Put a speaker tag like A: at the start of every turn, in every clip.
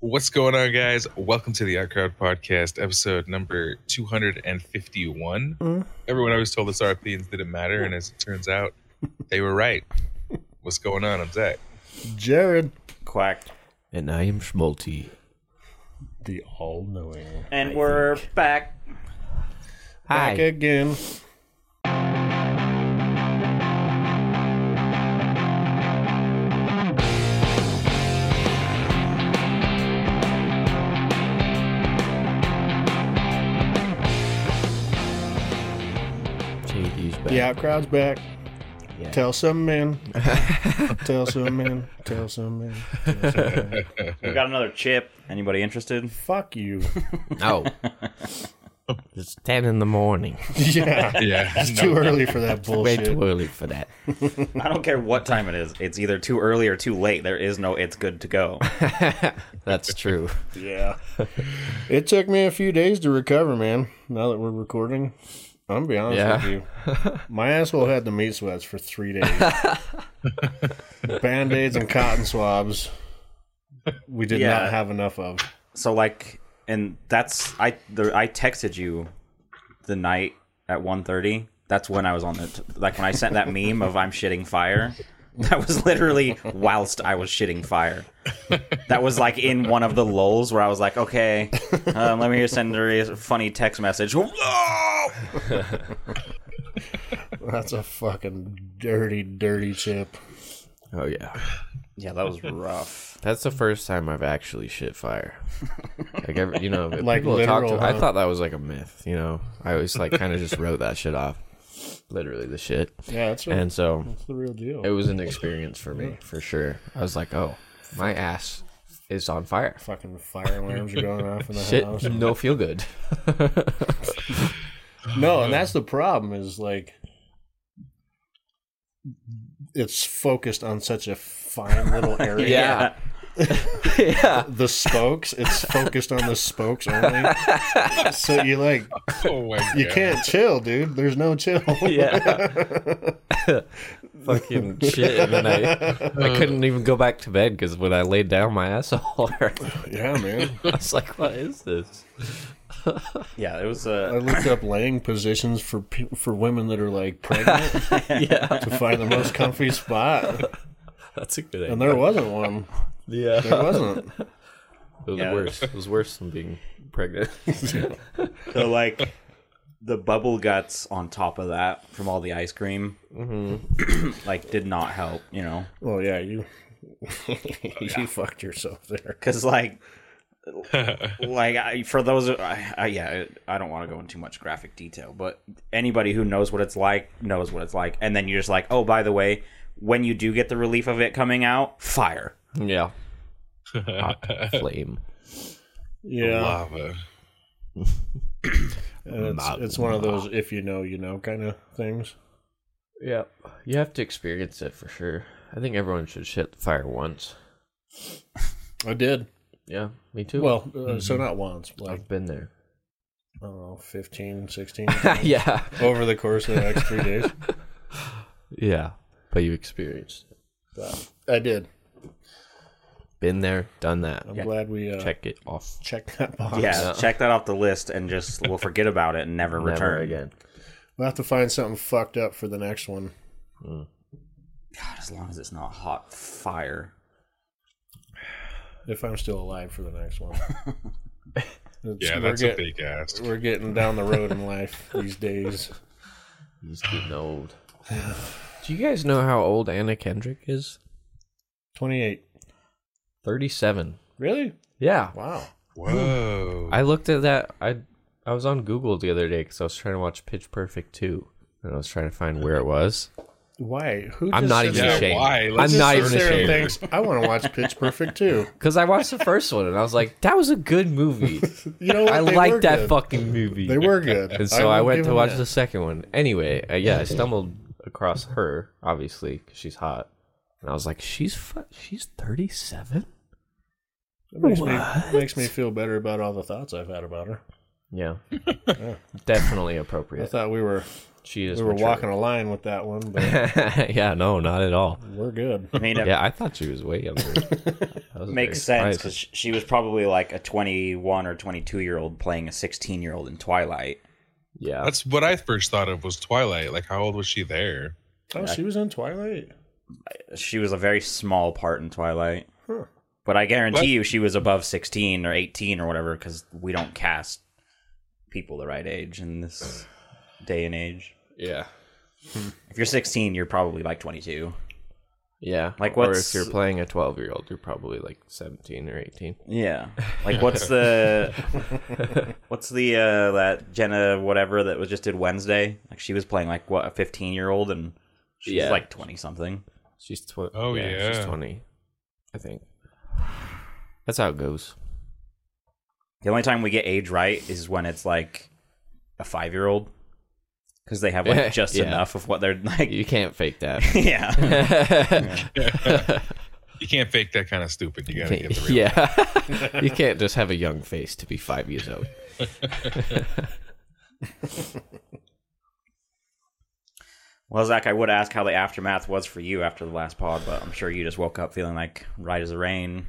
A: What's going on, guys? Welcome to the Out Crowd Podcast, episode number 251.
B: Mm-hmm.
A: Everyone always told us our opinions didn't matter, and as it turns out, they were right. What's going on? I'm Zach.
C: Jared,
B: Quack.
D: And I am Schmalti.
C: the all knowing.
B: And we're back.
D: Hi.
C: Back again.
D: JD's back.
C: The out crowd's back.
D: Yeah.
C: Tell some men. tell some men. Tell some men.
B: We got another chip. Anybody interested?
C: Fuck you.
D: No. it's 10 in the morning.
C: yeah.
A: Yeah.
C: It's too early for that
D: Way
C: bullshit.
D: too early for that.
B: I don't care what time it is. It's either too early or too late. There is no it's good to go.
D: That's true.
C: Yeah. it took me a few days to recover, man. Now that we're recording, I'm gonna be honest
D: Yeah.
C: with you. My asshole had the meat sweats for three days. Band aids and cotton swabs. We did
B: Yeah.
C: not have enough of.
B: So like and that's I the, I texted you the night at 1:30. That's when I was on the like when I sent that meme of I'm shitting fire. That was literally whilst I was shitting fire. That was like in one of the lulls where I was like, okay, um, let me here send her a funny text message.
C: That's a fucking dirty, dirty chip.
D: Oh, yeah.
B: Yeah, that was rough.
D: That's the first time I've actually shit fire. Like, every, you know,
C: Like
D: people talk to
C: literal,
D: I
C: huh?
D: thought that was like a myth, you know? I always like kind of just wrote that shit off. Literally the shit.
C: Yeah, that's,
D: And so
C: that's the real deal.
D: it was an experience for me, for sure. I was like, oh, my ass is on fire.
C: fucking fire alarms are going off in the house.
D: Shit, no feel good.
C: No, and that's the problem is like it's focused on such a fine little area.
D: Yeah. yeah.
C: The spokes, it's focused on the spokes only. So you like
A: Oh, my God.
C: you can't chill, dude. There's no chill.
D: yeah. Fucking shit. And then I, I couldn't even go back to bed because when I laid down, my asshole hurt.
C: yeah, man.
D: I was like, what is this?
B: Yeah, it was
C: I
B: uh,
C: looked up laying positions for pe- for women that are like pregnant
D: Yeah.
C: to find the most comfy spot,
D: That's a good
C: and
D: idea.
C: there wasn't one.
D: Yeah. It
C: There wasn't.
D: was
B: Yeah.
D: worse. It was worse than being pregnant.
B: so like the bubble guts on top of that from all the ice cream, like did not help, you know,
C: Well, yeah, you you fucked yourself there.
B: because like. like I, for those I, I yeah i don't want to go into too much graphic detail but anybody who knows what it's like knows what it's like and then you're just like oh by the way when you do get the relief of it coming out fire
D: yeah. Hot flame.
C: Yeah.
A: Lava.
C: And it's it's one of those if you know you know kind of things.
D: Yeah. You have to experience it for sure. I think everyone should shit the fire once.
C: I did.
D: Yeah, me too.
C: Well, uh, so not once, like
D: I've been there.
C: I don't know, 15, 16
D: yeah.
C: over the course of the next three days.
D: Yeah. But you experienced. it.
C: But I did.
D: Been there, done that.
C: I'm glad we uh,
D: Check it off.
C: checked that box.
B: yeah check that off the list and just we'll forget about it and never,
D: Never
B: return
D: again.
C: We'll have to find something fucked up for the next one.
B: God, as long as it's not hot fire
C: If I'm still alive for the next one. It's-
A: Yeah,
C: we're
A: that's a
C: get-
A: big ass.
C: We're getting down the road in life these days.
D: He's getting old. Do you guys know how old Anna Kendrick is?
C: 28.
D: 37.
C: Really?
D: Yeah.
C: Wow.
A: Whoa.
D: I looked at that. I I was on Google the other day because I was trying to watch Pitch Perfect 2. And I was trying to find where it was.
C: Why? Who
D: I'm
C: just
D: not
C: sits
D: even
C: there-
A: Yeah,
D: ashamed.
A: why? Let's
D: I'm not
C: sits
D: even
C: there and
D: ashamed.
C: thinks, I want to watch Pitch Perfect too.
D: Because I watched the first one and I was like, that was a good movie.
C: You know, what?
D: I
C: They were
D: like that
C: good.
D: fucking movie.
C: They were good.
D: And so I,
C: will
D: went
C: give
D: to
C: them
D: watch
C: that.
D: the second one. Anyway, uh, yeah, I stumbled across her, obviously, 'cause she's hot. And I was like, she's fu- she's 37?
C: It makes me makes me feel better about all the thoughts I've had about her.
D: Yeah. Definitely
C: I
D: appropriate.
C: thought we were
D: She is.
C: We were
D: mature.
C: walking a line with that one, but
D: yeah, no, not at all.
C: we're good.
B: I mean, it
D: Yeah, I thought she was way younger. I was
B: makes
D: very
B: sense because
D: surprised.
B: she was probably like a 21 or 22 year old playing a 16 year old in Twilight.
D: Yeah,
A: That's what I first thought of was Twilight. Like, how old was she there?
C: Oh, she was in Twilight.
B: She was a very small part in Twilight. But I guarantee
A: What?
B: you she was above 16 or 18 or whatever because we don't cast people the right age in this day and age.
D: yeah,
B: If you're 16, you're probably like 22.
D: yeah.
B: Like,
D: or
B: what's-
D: if you're playing a twelve-year-old, you're probably like seventeen or eighteen.
B: Yeah. Like what's the what's the uh that Jenna whatever that was just did Wednesday? Like she was playing like what a 15 year old and she's
D: Yeah.
B: like 20 something.
D: She's twenty.
A: Oh, yeah.
D: she's twenty. I think that's how it goes.
B: The only time we get age right is when it's like a 5 year old cuz they have like just
D: Yeah.
B: enough of what they're like
D: You can't fake that.
B: yeah.
A: You can't fake that kind of stupid. You gotta get the real.
D: yeah, you can't just have a young face to be five years old.
B: Well, Zach, I would ask how the aftermath was for you after the last pod, but I'm sure you just woke up feeling like right as the rain.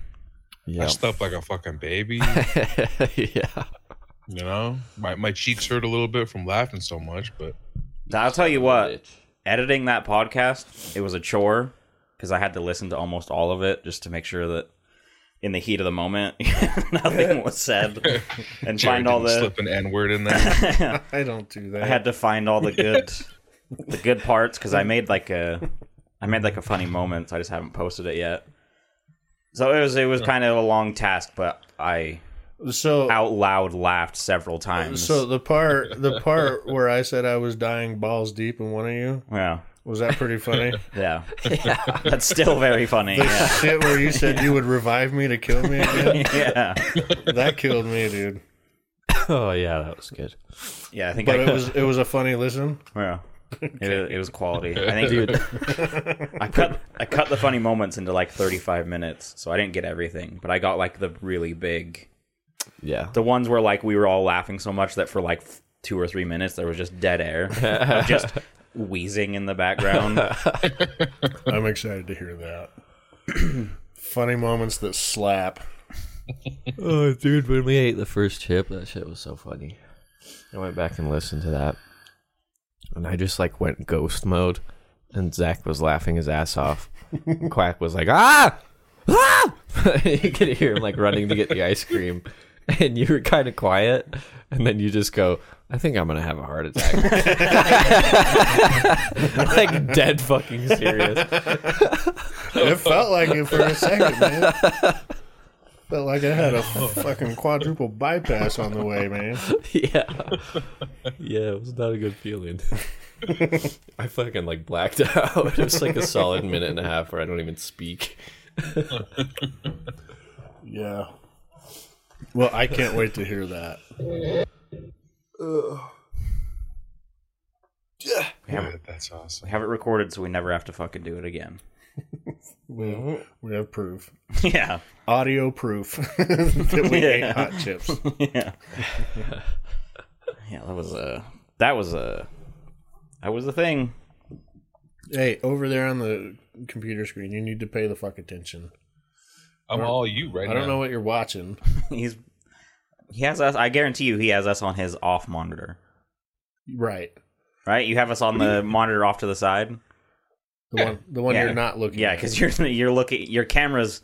A: I
D: Yeah,
A: slept like a fucking baby.
D: yeah.
A: You know, my my cheeks hurt a little bit from laughing so much, but
B: I'll tell you what. editing that podcast, it was a chore because I had to listen to almost all of it just to make sure that in the heat of the moment nothing was said and
A: Jerry
B: find all
A: didn't
B: the
A: slip an N word in there.
C: I don't do that.
B: I had to find all the good the good parts because I made like a I made like a funny moment. So I just haven't posted it yet. So it was it was kind of a long task, but I
C: so
B: out loud laughed several times.
C: Uh, so the part the part where I said I was dying balls deep in one of you
B: yeah,
C: was that pretty funny?
B: yeah, that's still very funny. Yeah.
C: Shit, where you said you would revive me to kill me again?
B: yeah,
C: that killed me, dude.
D: Oh yeah, that was good.
B: yeah. I think
C: But
B: I
C: it was it was a funny listen.
B: Yeah. It, it was quality. I think
D: Dude.
B: I cut I cut the funny moments into like 35 minutes, so I didn't get everything, but I got like the really big,
D: Yeah,
B: the ones where like we were all laughing so much that for like f- two or three minutes there was just dead air, of just wheezing in the background.
C: I'm excited to hear that. funny moments that slap.
D: Oh, dude, when we ate the first chip, that shit was so funny. I went back and listened to that, and I just like went ghost mode, and Zach was laughing his ass off. Quack was like, ah, ah! you could hear him like running to get the ice cream, and you were kind of quiet, and then you just go, I think I'm gonna have a heart attack, like dead fucking serious.
C: It felt like it for a second, man. Felt like I had a fucking quadruple bypass on the way, man.
D: yeah. Yeah, it was not a good feeling. I fucking like blacked out. It was like a solid minute and a half where I don't even speak.
C: Yeah. Well, I can't wait to hear that.
A: God, that's awesome.
B: We have it recorded so we never have to fucking do it again.
C: We we have proof.
B: yeah.
C: Audio proof that we ate
B: Yeah.
C: hot chips.
B: Yeah. yeah, that was a that was a that was a thing.
C: Hey, over there on the computer screen, you need to pay the fuck attention.
A: I'm all you right
C: I don't
A: now.
C: know what you're watching.
B: He's he has us. I guarantee you, he has us on his off monitor.
C: Right.
B: Right? You have us on the monitor off to the side.
C: The one the one
B: Yeah.
C: you're not looking
B: Yeah,
C: at.
B: because you're you're looking. Your camera's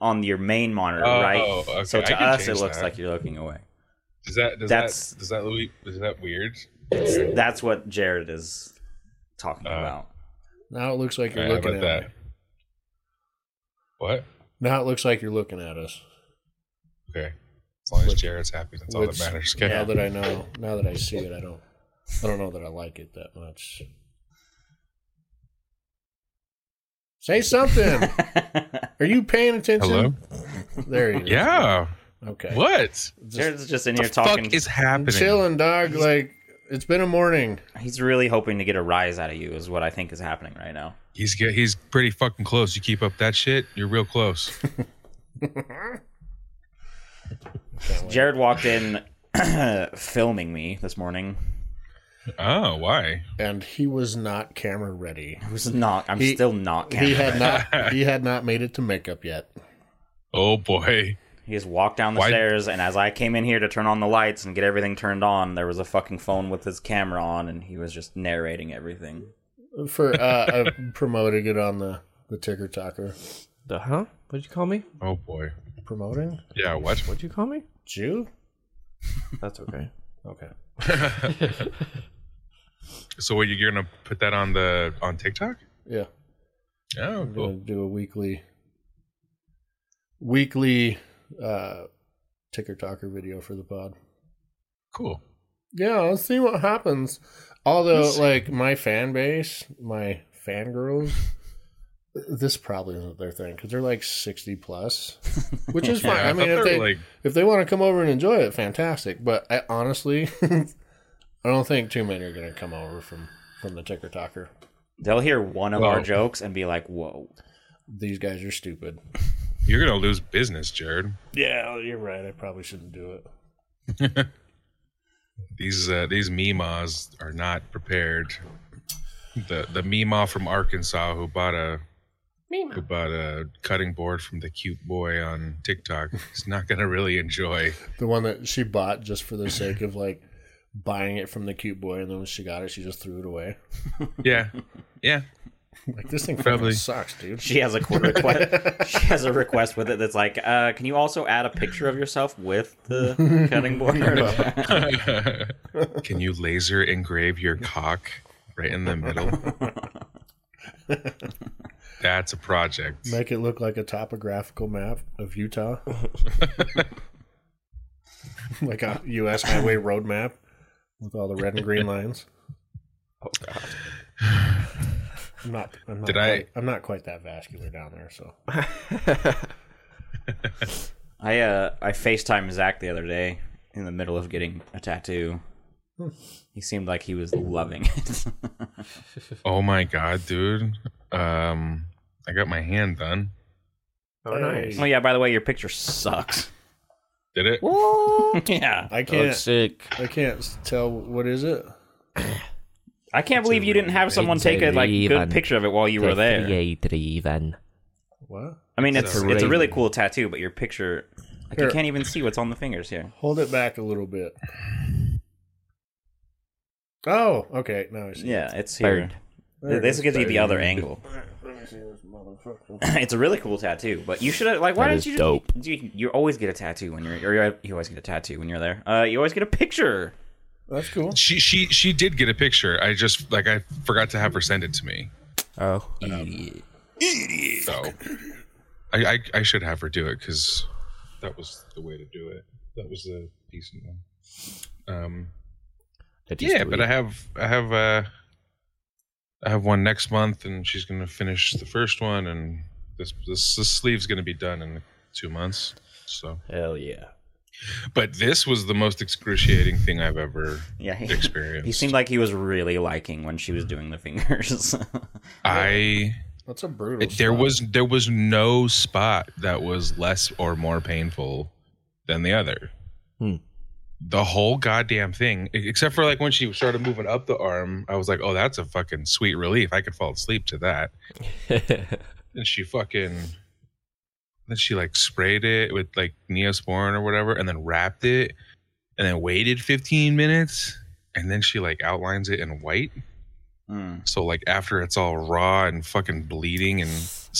B: on your main monitor,
A: Oh,
B: right?
A: okay.
B: So
A: I
B: to
A: can
B: us, it
A: change
B: looks
A: that.
B: like you're looking away.
A: Does that does
B: That's-
A: that does that Louis, is that weird?
B: That's what Jared is talking
C: Uh,
B: about.
C: now it looks like you're
A: All right, how
C: looking at
A: about
C: me.
A: that? What?
C: Now it looks like you're looking at us.
A: Okay. As long as Jared's happy, that's all that
C: which-
A: matters. Okay.
C: Now that I know, now that I see it, I don't, I don't know that I like it that much. Say something. Are you paying attention?
A: Hello.
C: There you
A: Yeah.
C: go. Okay.
A: What?
B: Jared's just in here talking.
A: Fuck is happening?
C: Chilling, dog. Like it's been a morning.
B: He's really hoping to get a rise out of you, is what I think is happening right now.
A: He's get, he's pretty fucking close. You keep up that shit, you're real close.
B: Jared walked in filming me this morning.
A: Oh, why?
C: and he was not camera ready.
B: It was not. I'm
C: He-
B: still not.
C: He
B: He,
C: had not he had not made it to makeup yet.
A: Oh boy.
B: he just walked down the
A: Why-
B: stairs, and as I came in here to turn on the lights and get everything turned on, there was a fucking phone with his camera on, and he was just narrating everything.
C: For uh, uh promoting it on the the ticker talker.
D: The huh? What'd you call me?
A: Oh boy.
C: Promoting?
A: Yeah. What?
D: What'd you call me?
C: Jew?
D: That's okay.
C: Okay.
A: So, what you're gonna put that on the on TikTok?
C: Yeah.
A: Oh,
C: We're
A: cool.
C: gonna do a weekly weekly uh ticker talker video for the pod.
A: Cool.
C: Yeah, let's see what happens. Although,
A: Let's see.
C: like my fan base, my fangirls, this probably isn't their thing because they're like sixty plus, which is fine.
A: Yeah,
C: I mean,
A: thought
C: if
A: they
C: they
A: were, like
C: if they want to come over and enjoy it, fantastic. But I honestly, I don't think too many are going to come over from from the ticker talker.
B: They'll hear one of
A: Whoa.
B: our jokes and be like, "Whoa."
C: These guys are stupid.
A: you're gonna lose business, Jared.
C: Yeah, Oh, you're right. I probably shouldn't do it.
A: These uh, these memas are not prepared. The the mema from Arkansas who bought a who bought a cutting board from the cute boy on TikTok is not gonna really enjoy.
C: The one that she bought just for the sake of like buying it from the cute boy, and then when she got it, she just threw it away.
A: Yeah, yeah.
C: Like this thing
A: Probably.
C: probably sucks, dude.
B: She has a qu- request. she has a request with it that's like, uh, "Can you also add a picture of yourself with the cutting board?"
A: Can you laser engrave your cock right in the middle? That's a project.
C: Make it look like a topographical map of Utah. like a U.S. highway road map with all the red and green lines.
D: Oh,
C: I'm not. I'm not
A: Did I-
C: quite, am not quite that vascular down there, so
B: I uh I FaceTimed Zach the other day in the middle of getting a tattoo. He seemed like he was loving it.
A: Oh my god, dude. Um I got my hand done.
D: Oh, nice.
B: oh yeah, by the way, your picture sucks.
A: Did it?
B: yeah.
C: I
D: That looks
C: can't.
D: sick.
C: I can't s- tell what is it.
B: I can't believe you didn't have someone take a like good
D: Even.
B: picture of it while you were there.
D: even.
C: What?
B: I mean, it's
A: So-
B: it's a really cool tattoo, but your picture like, you
C: Here.
B: can't even see what's on the fingers here.
C: Hold it back a little bit. Oh, okay. Now I see.
B: Yeah, it's here.
D: Bird.
B: Th- This gives you the other angle. it's a really cool tattoo, but you should like. Why
D: That
B: didn't
D: is
B: you?
D: dope.
B: Just, you, you always get a tattoo when you're, or you- you always get a tattoo when you're there. Uh, you always get a picture.
C: That's cool.
A: She she she did get a picture. I just like I forgot to have her send it to me.
D: Oh.
B: Um,
A: So I I, I should have her do it because that was the way to do it. That was a decent one. Um yeah, but I have I have uh I have one next month and she's gonna finish the first one and this this, this sleeve's gonna be done in two months. So
D: Hell yeah.
A: But this was the most excruciating thing I've ever
B: Yeah, he,
A: experienced.
B: he seemed like he was really liking when she
D: Mm.
B: was doing the fingers.
A: I
C: That's a brutal.
A: there
C: spot.
A: was there was no spot that was less or more painful than the other.
D: Hmm.
A: The whole goddamn thing, e- except for like when she started moving up the arm, I was like, "Oh, that's a fucking sweet relief. I could fall asleep to that." And she fucking then she like sprayed it with like neosporin or whatever and then wrapped it and then waited 15 minutes and then she like outlines it in white
D: Hmm.
B: Mm.
A: so like after it's all raw and fucking bleeding and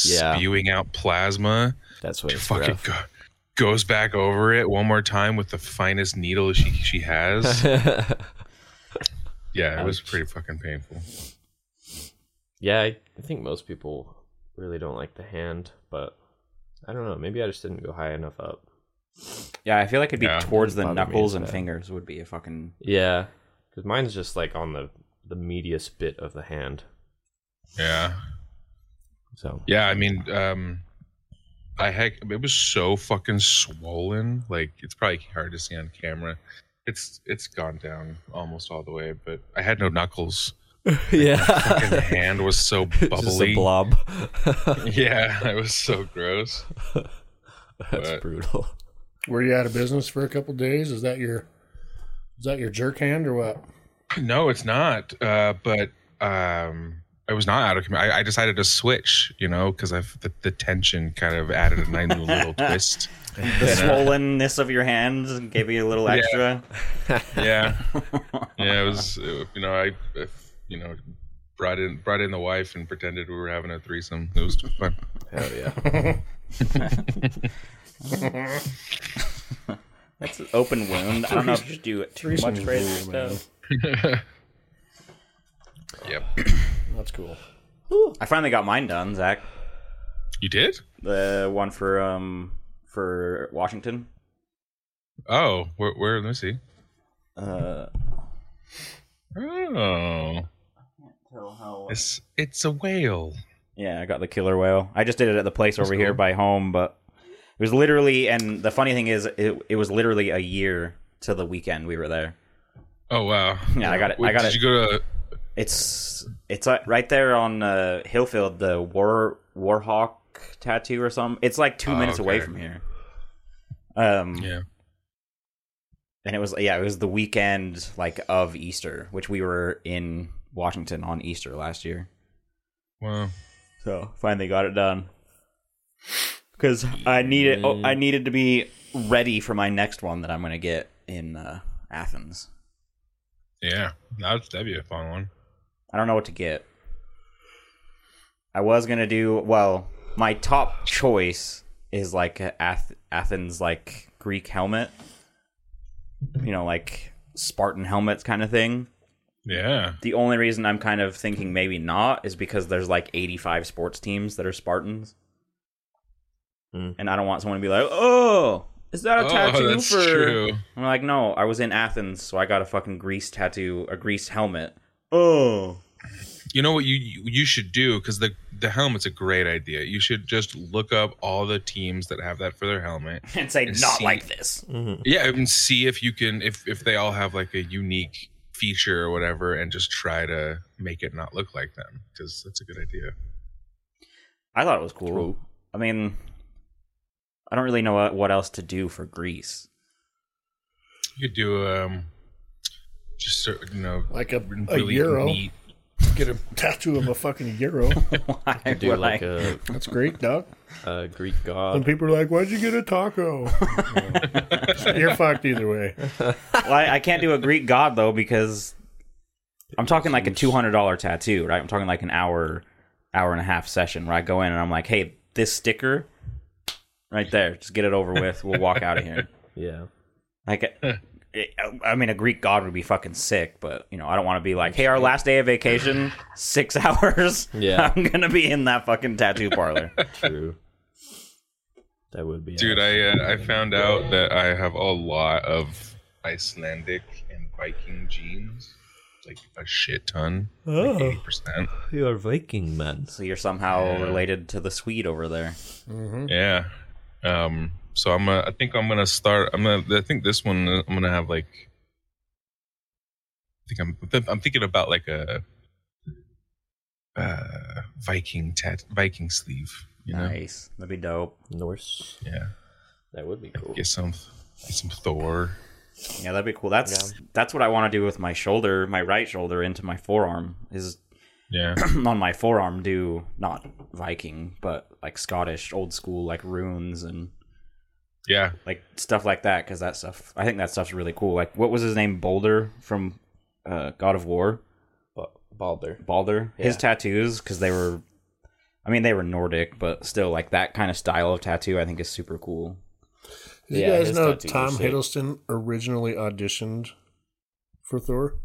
D: Yeah.
A: spewing out plasma
D: That's what
A: she
D: it's
A: fucking
D: rough.
A: go, goes back over it one more time with the finest needle she she has yeah it was
D: Ouch.
A: pretty fucking painful
D: yeah, I, I think most people really don't like the hand, but I don't know. Maybe I just didn't go high enough up.
B: Yeah, I feel like it'd be
A: Yeah.
B: towards the
D: Probably
B: knuckles
D: means
B: and
D: that.
B: fingers would be a fucking.
D: Yeah, because mine's just like on the the medius bit of the hand.
A: yeah
D: So
A: yeah i mean um i heck it was so fucking swollen like it's probably hard to see on camera it's it's gone down almost all the way but i had no knuckles
D: yeah,
A: and the hand was so bubbly
D: blob.
A: yeah it was so gross
D: That's
A: But-
D: brutal.
C: Were you out of business for a couple days? Is that your is that your jerk hand or what?
A: No, it's not. Uh, but um, I was not out of commission. I, I decided to switch, you know, because I've the, the tension kind of added a nice new little twist.
B: The swollenness of your hands gave you a little extra.
A: Yeah, yeah. It was, uh, you know, I, uh, you know, brought in brought in the wife and pretended we were having a threesome. It was fun.
D: Hell yeah.
B: That's an open wound. I don't know if you should do it too much
C: Threesome's
B: crazy
C: cool, man.
B: stuff.
A: Yep.
C: That's cool.
B: I finally got mine done, Zach.
A: You did?
B: The one for um for Washington.
A: Oh, where? where let me see.
B: Uh,
A: Oh, it's it's a whale.
B: Yeah, I got the killer whale. I just did it at the place over here by home, but it was literally and the funny thing is it, it was literally a year to the weekend we were there.
A: Oh wow.
B: Yeah, I got it.
A: Wait,
B: I got
A: did
B: it.
A: you go to?
B: It's it's uh, right there on uh, Hillfield, the War Warhawk tattoo or something. It's like two
A: Oh,
B: minutes away
A: okay.
B: from here. Um
A: Yeah.
B: and it was yeah, it was the weekend like of Easter, which we were in Washington on Easter last year.
A: Wow.
B: So finally got it done. Because I needed, oh, I needed to be ready for my next one that I'm gonna get in uh, Athens.
A: Yeah. That's that'd be a fun one.
B: I don't know what to get. I was gonna do well. My top choice is like a Ath- Athens, like Greek helmet. You know, like Spartan helmets kind of thing.
A: Yeah.
B: The only reason I'm kind of thinking maybe not is because there's like 85 sports teams that are Spartans.
D: Mm.
B: And I don't want someone to be like, oh, is that a tattoo
A: oh, that's
B: for.
A: true.
B: I'm like, no, I was in Athens, so I got a fucking grease tattoo, a grease helmet. Oh.
A: You know what you you you should do because the the helmet's a great idea. You should just look up all the teams that have that for their helmet.
B: And say,
A: And
B: not
A: see-
B: like this.
D: Mm-hmm.
A: Yeah, and see if you can if if they all have like a unique feature or whatever, and just try to make it not look like them because that's a good idea.
B: I thought it was cool. I mean, I don't really know what- what else to do for grease.
A: You could do um, just sort of, you know
C: Like a, a
A: really
C: euro.
A: neat.
C: Get a tattoo of a fucking euro.
B: Why
D: Do
B: would
D: like
B: I-
D: a,
C: That's great, dog.
D: a Greek
C: And
A: Uh,
D: god.
C: people are like, "Why'd you get a taco?" You're fucked either way.
B: Well, I, I can't do a Greek god though because I'm talking like a two hundred dollar tattoo, right? I'm talking like an hour, hour and a half session where I go in and I'm like, hey, this sticker, right there, just get it over with. We'll walk out of here.
D: Yeah.
B: Like, it- I mean, a Greek god would be fucking sick, but you know, I don't want to be like, hey, our last day of vacation, six hours.
D: Yeah.
B: I'm gonna be in that fucking tattoo parlor.
D: True. That would be.
A: Dude, I uh, I found out that I have a lot of Icelandic and Viking genes, like a shit ton, like
C: Oh.
A: eighty percent.
D: you are Viking man.
B: so you're somehow related to the Swede over there.
A: Yeah. Um. So I'm. Gonna, I think I'm gonna start. I'm gonna. I think this one. uh, I'm gonna have like. I think I'm. I think I'm thinking about like a. Uh, Viking tat, Viking sleeve. You know.
B: Nice, that'd be dope.
D: Norse.
A: Yeah.
D: That would be cool.
A: Get some. Get some Thor.
B: Yeah, that'd be cool. That's that's what I want to do with my shoulder, my right shoulder into my forearm is
A: Yeah.
B: on my forearm do not Viking, but like Scottish old school like runes and
A: Yeah.
B: like stuff like that cuz that stuff I think that stuff's really cool. Like what was his name Boulder from uh, God of War?
D: Ba- Balder.
B: Balder. His
D: Yeah.
B: tattoos cuz they were I mean they were Nordic, but still like that kind of style of tattoo I think is super cool.
C: Did
D: Yeah,
C: you guys
D: his
C: know
D: tattoos are
C: Tom
D: sick.
C: Hiddleston originally auditioned for Thor?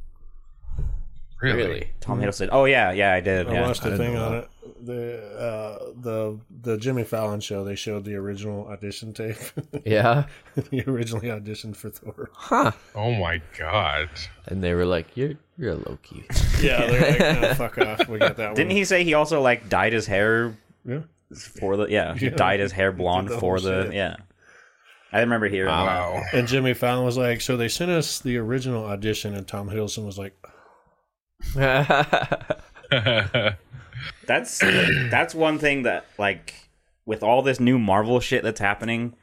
A: Really.
B: Tom Hiddleston. Oh yeah, yeah, I did.
C: I
B: yeah.
C: watched
D: I
C: a
D: didn't
C: thing
D: know
C: on it. The uh, the the Jimmy Fallon show. They showed the original audition tape.
D: Yeah.
C: he originally auditioned for Thor.
D: Huh.
A: Oh my god.
D: And they were like, "You're you're a Loki."
C: Yeah, they're like, "No, fuck off. We got that
B: Didn't
C: one.
B: he say he also like dyed his hair
C: Yeah.
B: for the yeah, he
C: Yeah.
B: dyed his hair blonde
C: Did the
B: for
C: whole
B: the
C: shit.
B: yeah. I remember hearing that.
A: Wow.
C: And Jimmy Fallon was like, so they sent us the original audition, and Tom Hiddleston was like,
B: That's that's one thing that like with all this new Marvel shit that's happening,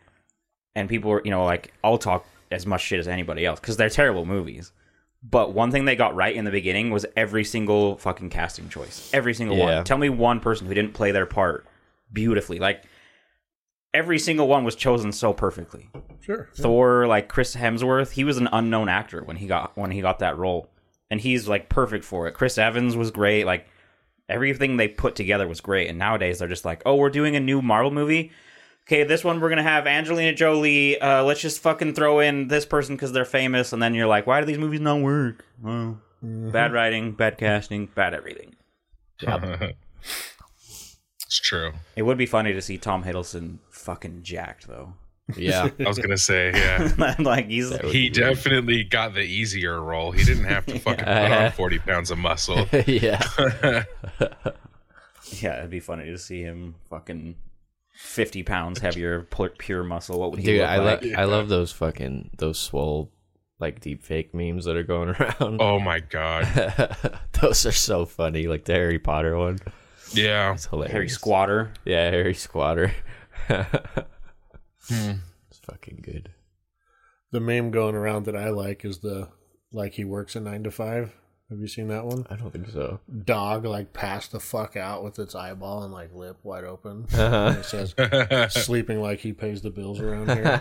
B: and people are you know like I'll talk as much shit as anybody else because they're terrible movies, But one thing they got right in the beginning was every single fucking casting choice. Every single
D: Yeah.
B: one. Tell me one person who didn't play their part beautifully. Like every single one was chosen so perfectly.
C: Sure.
B: Thor, like Chris Hemsworth, he was an unknown actor when he got when he got that role, and he's like perfect for it. Chris Evans was great. Like everything they put together was great. And nowadays they're just like, oh, we're doing a new Marvel movie. Okay, this one we're gonna have Angelina Jolie. Uh, let's just fucking throw in this person because they're famous. And then you're like, why do these movies not work? Well,
D: Mm-hmm.
B: Bad writing, bad casting, bad everything.
A: It's true.
B: It would be funny to see Tom Hiddleston fucking jacked though.
D: Yeah.
A: I was gonna say, yeah.
B: like he's
A: He definitely got the easier role. He didn't have to fucking put on 40 pounds of muscle.
D: yeah.
B: Yeah, it'd be funny to see him fucking fifty pounds heavier, pl- pure muscle. What would he
D: Dude,
B: look
D: I
B: like?
D: love I love those fucking those swole like deep fake memes that are going around.
A: Oh my god.
D: those are so funny. Like the Harry Potter one.
A: Yeah.
D: It's hilarious.
B: Harry Squatter.
D: Yeah, Harry Squatter. It's fucking good.
C: The meme going around that I like is the like he works a nine to five. Have you seen that one?
D: I don't think so.
C: Dog like passed the fuck out with its eyeball and like lip wide open. And it says sleeping like he pays the bills around here.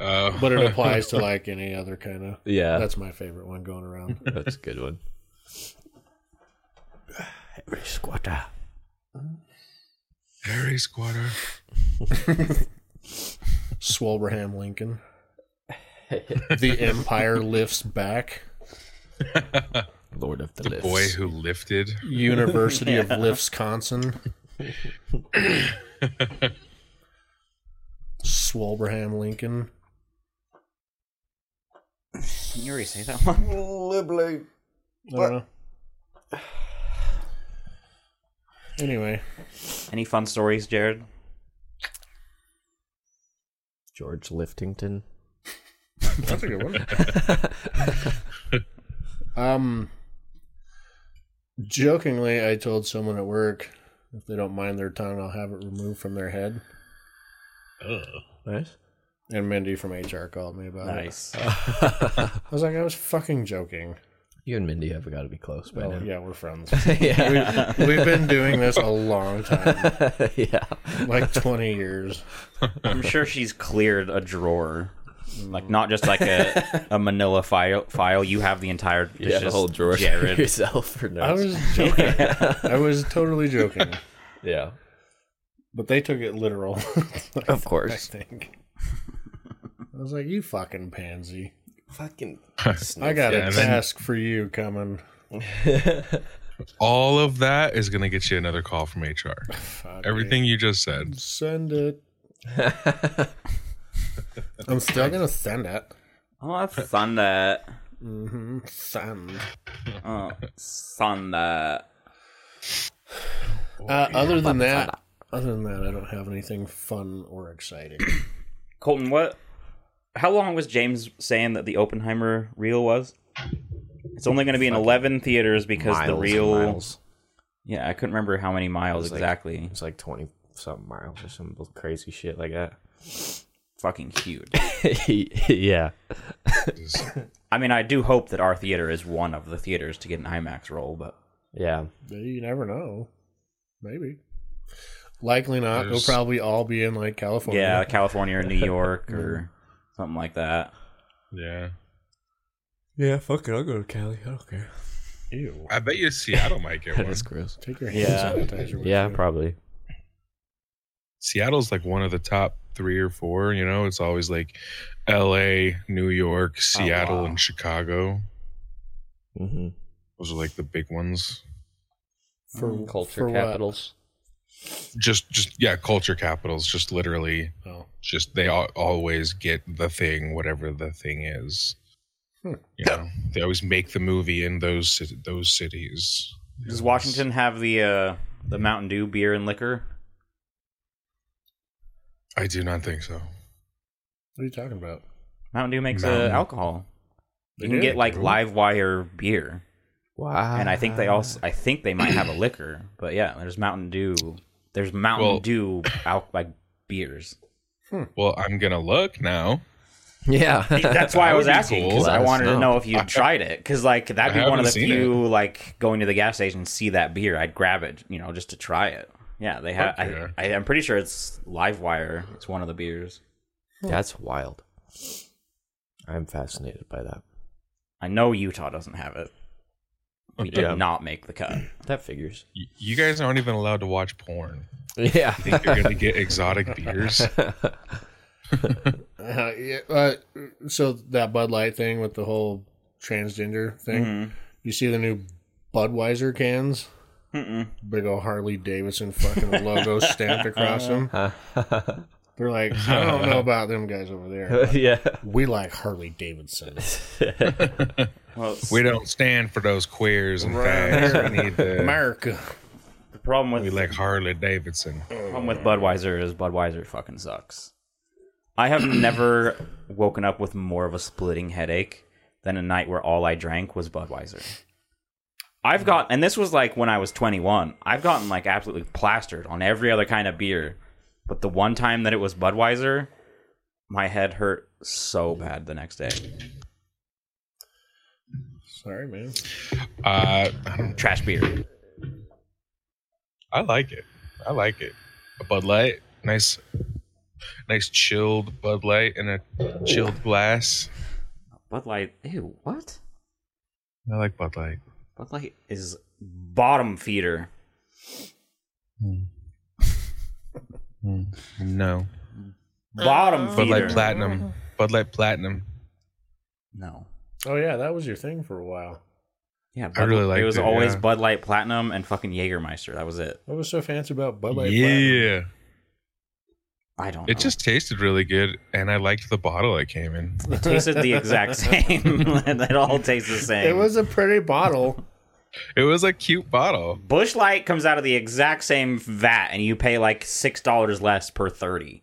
A: Uh,
C: But it applies to like any other kind of.
D: Yeah. That's,
C: That's my favorite one going around.
D: a good one. Harry Squatter.
A: Harry Squatter.
C: Swolbraham Lincoln. the Empire lifts back.
D: Lord of the, Lifts.
A: Boy who lifted.
C: University of Wisconsin. Swolbraham Lincoln.
B: Can you already say that one?
C: I don't know. Anyway,
B: Any fun stories, Jared?
D: George Liftington.
C: that's a good one. um, jokingly, I told someone at work if they don't mind their tongue, I'll have it removed from their head.
D: Nice.
C: And Mindy from HR called me
D: Uh,
C: about it.
B: Nice.
C: I was like, I was fucking joking.
D: You and Mindy have got to be close by
C: Oh,
D: now.
C: yeah, we're friends.
D: yeah.
C: We've been doing this a long time,
D: yeah.
C: like 20 years.
B: I'm sure she's cleared a drawer, like not just like a, a Manila file. File you have the entire it's
D: Yeah, the
B: just
D: whole drawer for
B: Jared.
D: yourself for
C: I
D: notes.
C: was joking. I was totally joking.
D: yeah.
C: But they took it literal, I
D: Of course.
C: think. I was like, you fucking pansy.
D: Fucking.
C: I got
A: Yeah,
C: a
A: and then-
C: task for you coming.
A: All of that is gonna get you another call from HR.
C: Fuck
A: Everything you just said.
C: it. Send it. I'm still going to send it.
B: Oh, that's send that.
C: hmm Send.
B: Oh, send that.
C: Uh, other than that, other than that, I don't have anything fun or exciting.
B: Colton, what? How long was James saying that the Oppenheimer reel was? It's only going to be in 11 theaters because the reel.
D: miles.
B: Yeah, I couldn't remember how many miles
D: like-
B: exactly.
D: It's like 20 something miles or some bull- crazy shit like that.
B: Fucking huge.
D: yeah.
B: I mean, I do hope that our theater is one of the theaters to get an IMAX role, but
D: Yeah.
C: You never know. Maybe. Likely not. They'll
A: There's-
C: probably all be in like California.
B: yeah, California or New York or something like that.
A: Yeah.
D: Yeah, fuck it. I'll go to Cali. I don't care.
C: Ew.
A: I bet you Seattle might get one.
D: That's gross.
C: Take your hand
B: Yeah.
C: sanitizer with
D: Yeah,
C: you.
D: probably.
A: Seattle's like one of the top three or four. You know, it's always like L.A., New York, Seattle,
B: wow.
A: and Chicago.
D: Mm-hmm.
A: Those are like the big ones.
D: Mm.
C: For for what?
A: Just, just yeah, culture capitals. Just literally,
C: Oh.
A: just they al always get the thing, whatever the thing is.
C: Hmm.
A: You know, they always make the movie in those ci- those cities.
B: Does
C: Mm.
B: Washington have the uh, the Mountain Dew beer and liquor?
A: I do not think so.
C: What are you talking about?
B: Mountain Dew makes uh,
A: Mountain.
B: alcohol.
C: They
B: You can
C: do?
B: get like live wire beer,
D: Wow.
B: and I think
C: Ah.
B: they also I think they might have a liquor, but yeah, there's Mountain Dew. There's Mountain
A: Well-
B: Dew out like beers.
A: Well, I'm gonna look now.
D: Yeah.
B: That's why I was
A: would be
B: asking
A: cool.
B: because I
D: Let us
B: wanted to
D: know.
B: know if you tried it because like
A: I
B: that'd be one
A: haven't
B: of the
A: seen
B: few like going to the gas station see that beer I'd grab it you know just to try it. Yeah, they have.
A: Fuck yeah.
B: I, I, I'm pretty sure it's Livewire. It's one of the beers.
D: That's wild. I'm fascinated by that.
B: I know Utah doesn't have it. We did
D: Yeah.
B: not make the cut.
D: That figures.
A: Y- You guys aren't even allowed to watch porn.
D: Yeah.
A: You think you're going to get exotic beers?
C: Uh, yeah, uh, so that Bud Light thing with the whole transgender thing.
B: Mm-hmm.
C: You see the new Budweiser cans? Big old Harley Davidson fucking logo stamped across them. They're like, I don't know about them guys over there.
D: yeah.
C: We like Harley Davidson.
B: Well, it's-
A: We don't stand for those queers and
C: Right.
A: fags. We need to,
C: America.
B: the problem
A: we
B: with
A: like Harley Davidson.
B: problem with Budweiser is Budweiser fucking sucks. I have never woken up with more of a splitting headache than a night where all I drank was Budweiser.
A: Mm.
B: I've got, and this was like when I was 21. I've gotten like absolutely plastered on every other kind of beer, but the one time that it was Budweiser, my head hurt so bad the next day.
C: Sorry, man.
A: Uh, I don't
B: Trash beer.
A: I like it. I like it. A Bud Light, nice, nice chilled Bud Light in a chilled glass.
B: Bud Light. Ew. What?
A: I like Bud Light.
B: Bud Light is bottom feeder.
A: No,
B: Bottom
A: Bud
B: feeder.
A: Light Platinum. Bud Light Platinum.
B: No.
C: Oh, yeah, that was your thing for a while.
B: Yeah,
A: I really liked
B: it. was
A: it,
B: always
A: yeah.
B: Bud Light Platinum and fucking Jägermeister. That was it.
C: What was so fancy about Bud Light? Platinum?
A: Yeah,
B: I don't.
A: it
B: know.
A: just tasted really good, and I liked the bottle it came in.
B: it tasted the exact same. it all tastes the same.
C: It was a pretty bottle.
A: It was a cute bottle.
B: Bush Light comes out of the exact same vat, and you pay like six dollars less per thirty.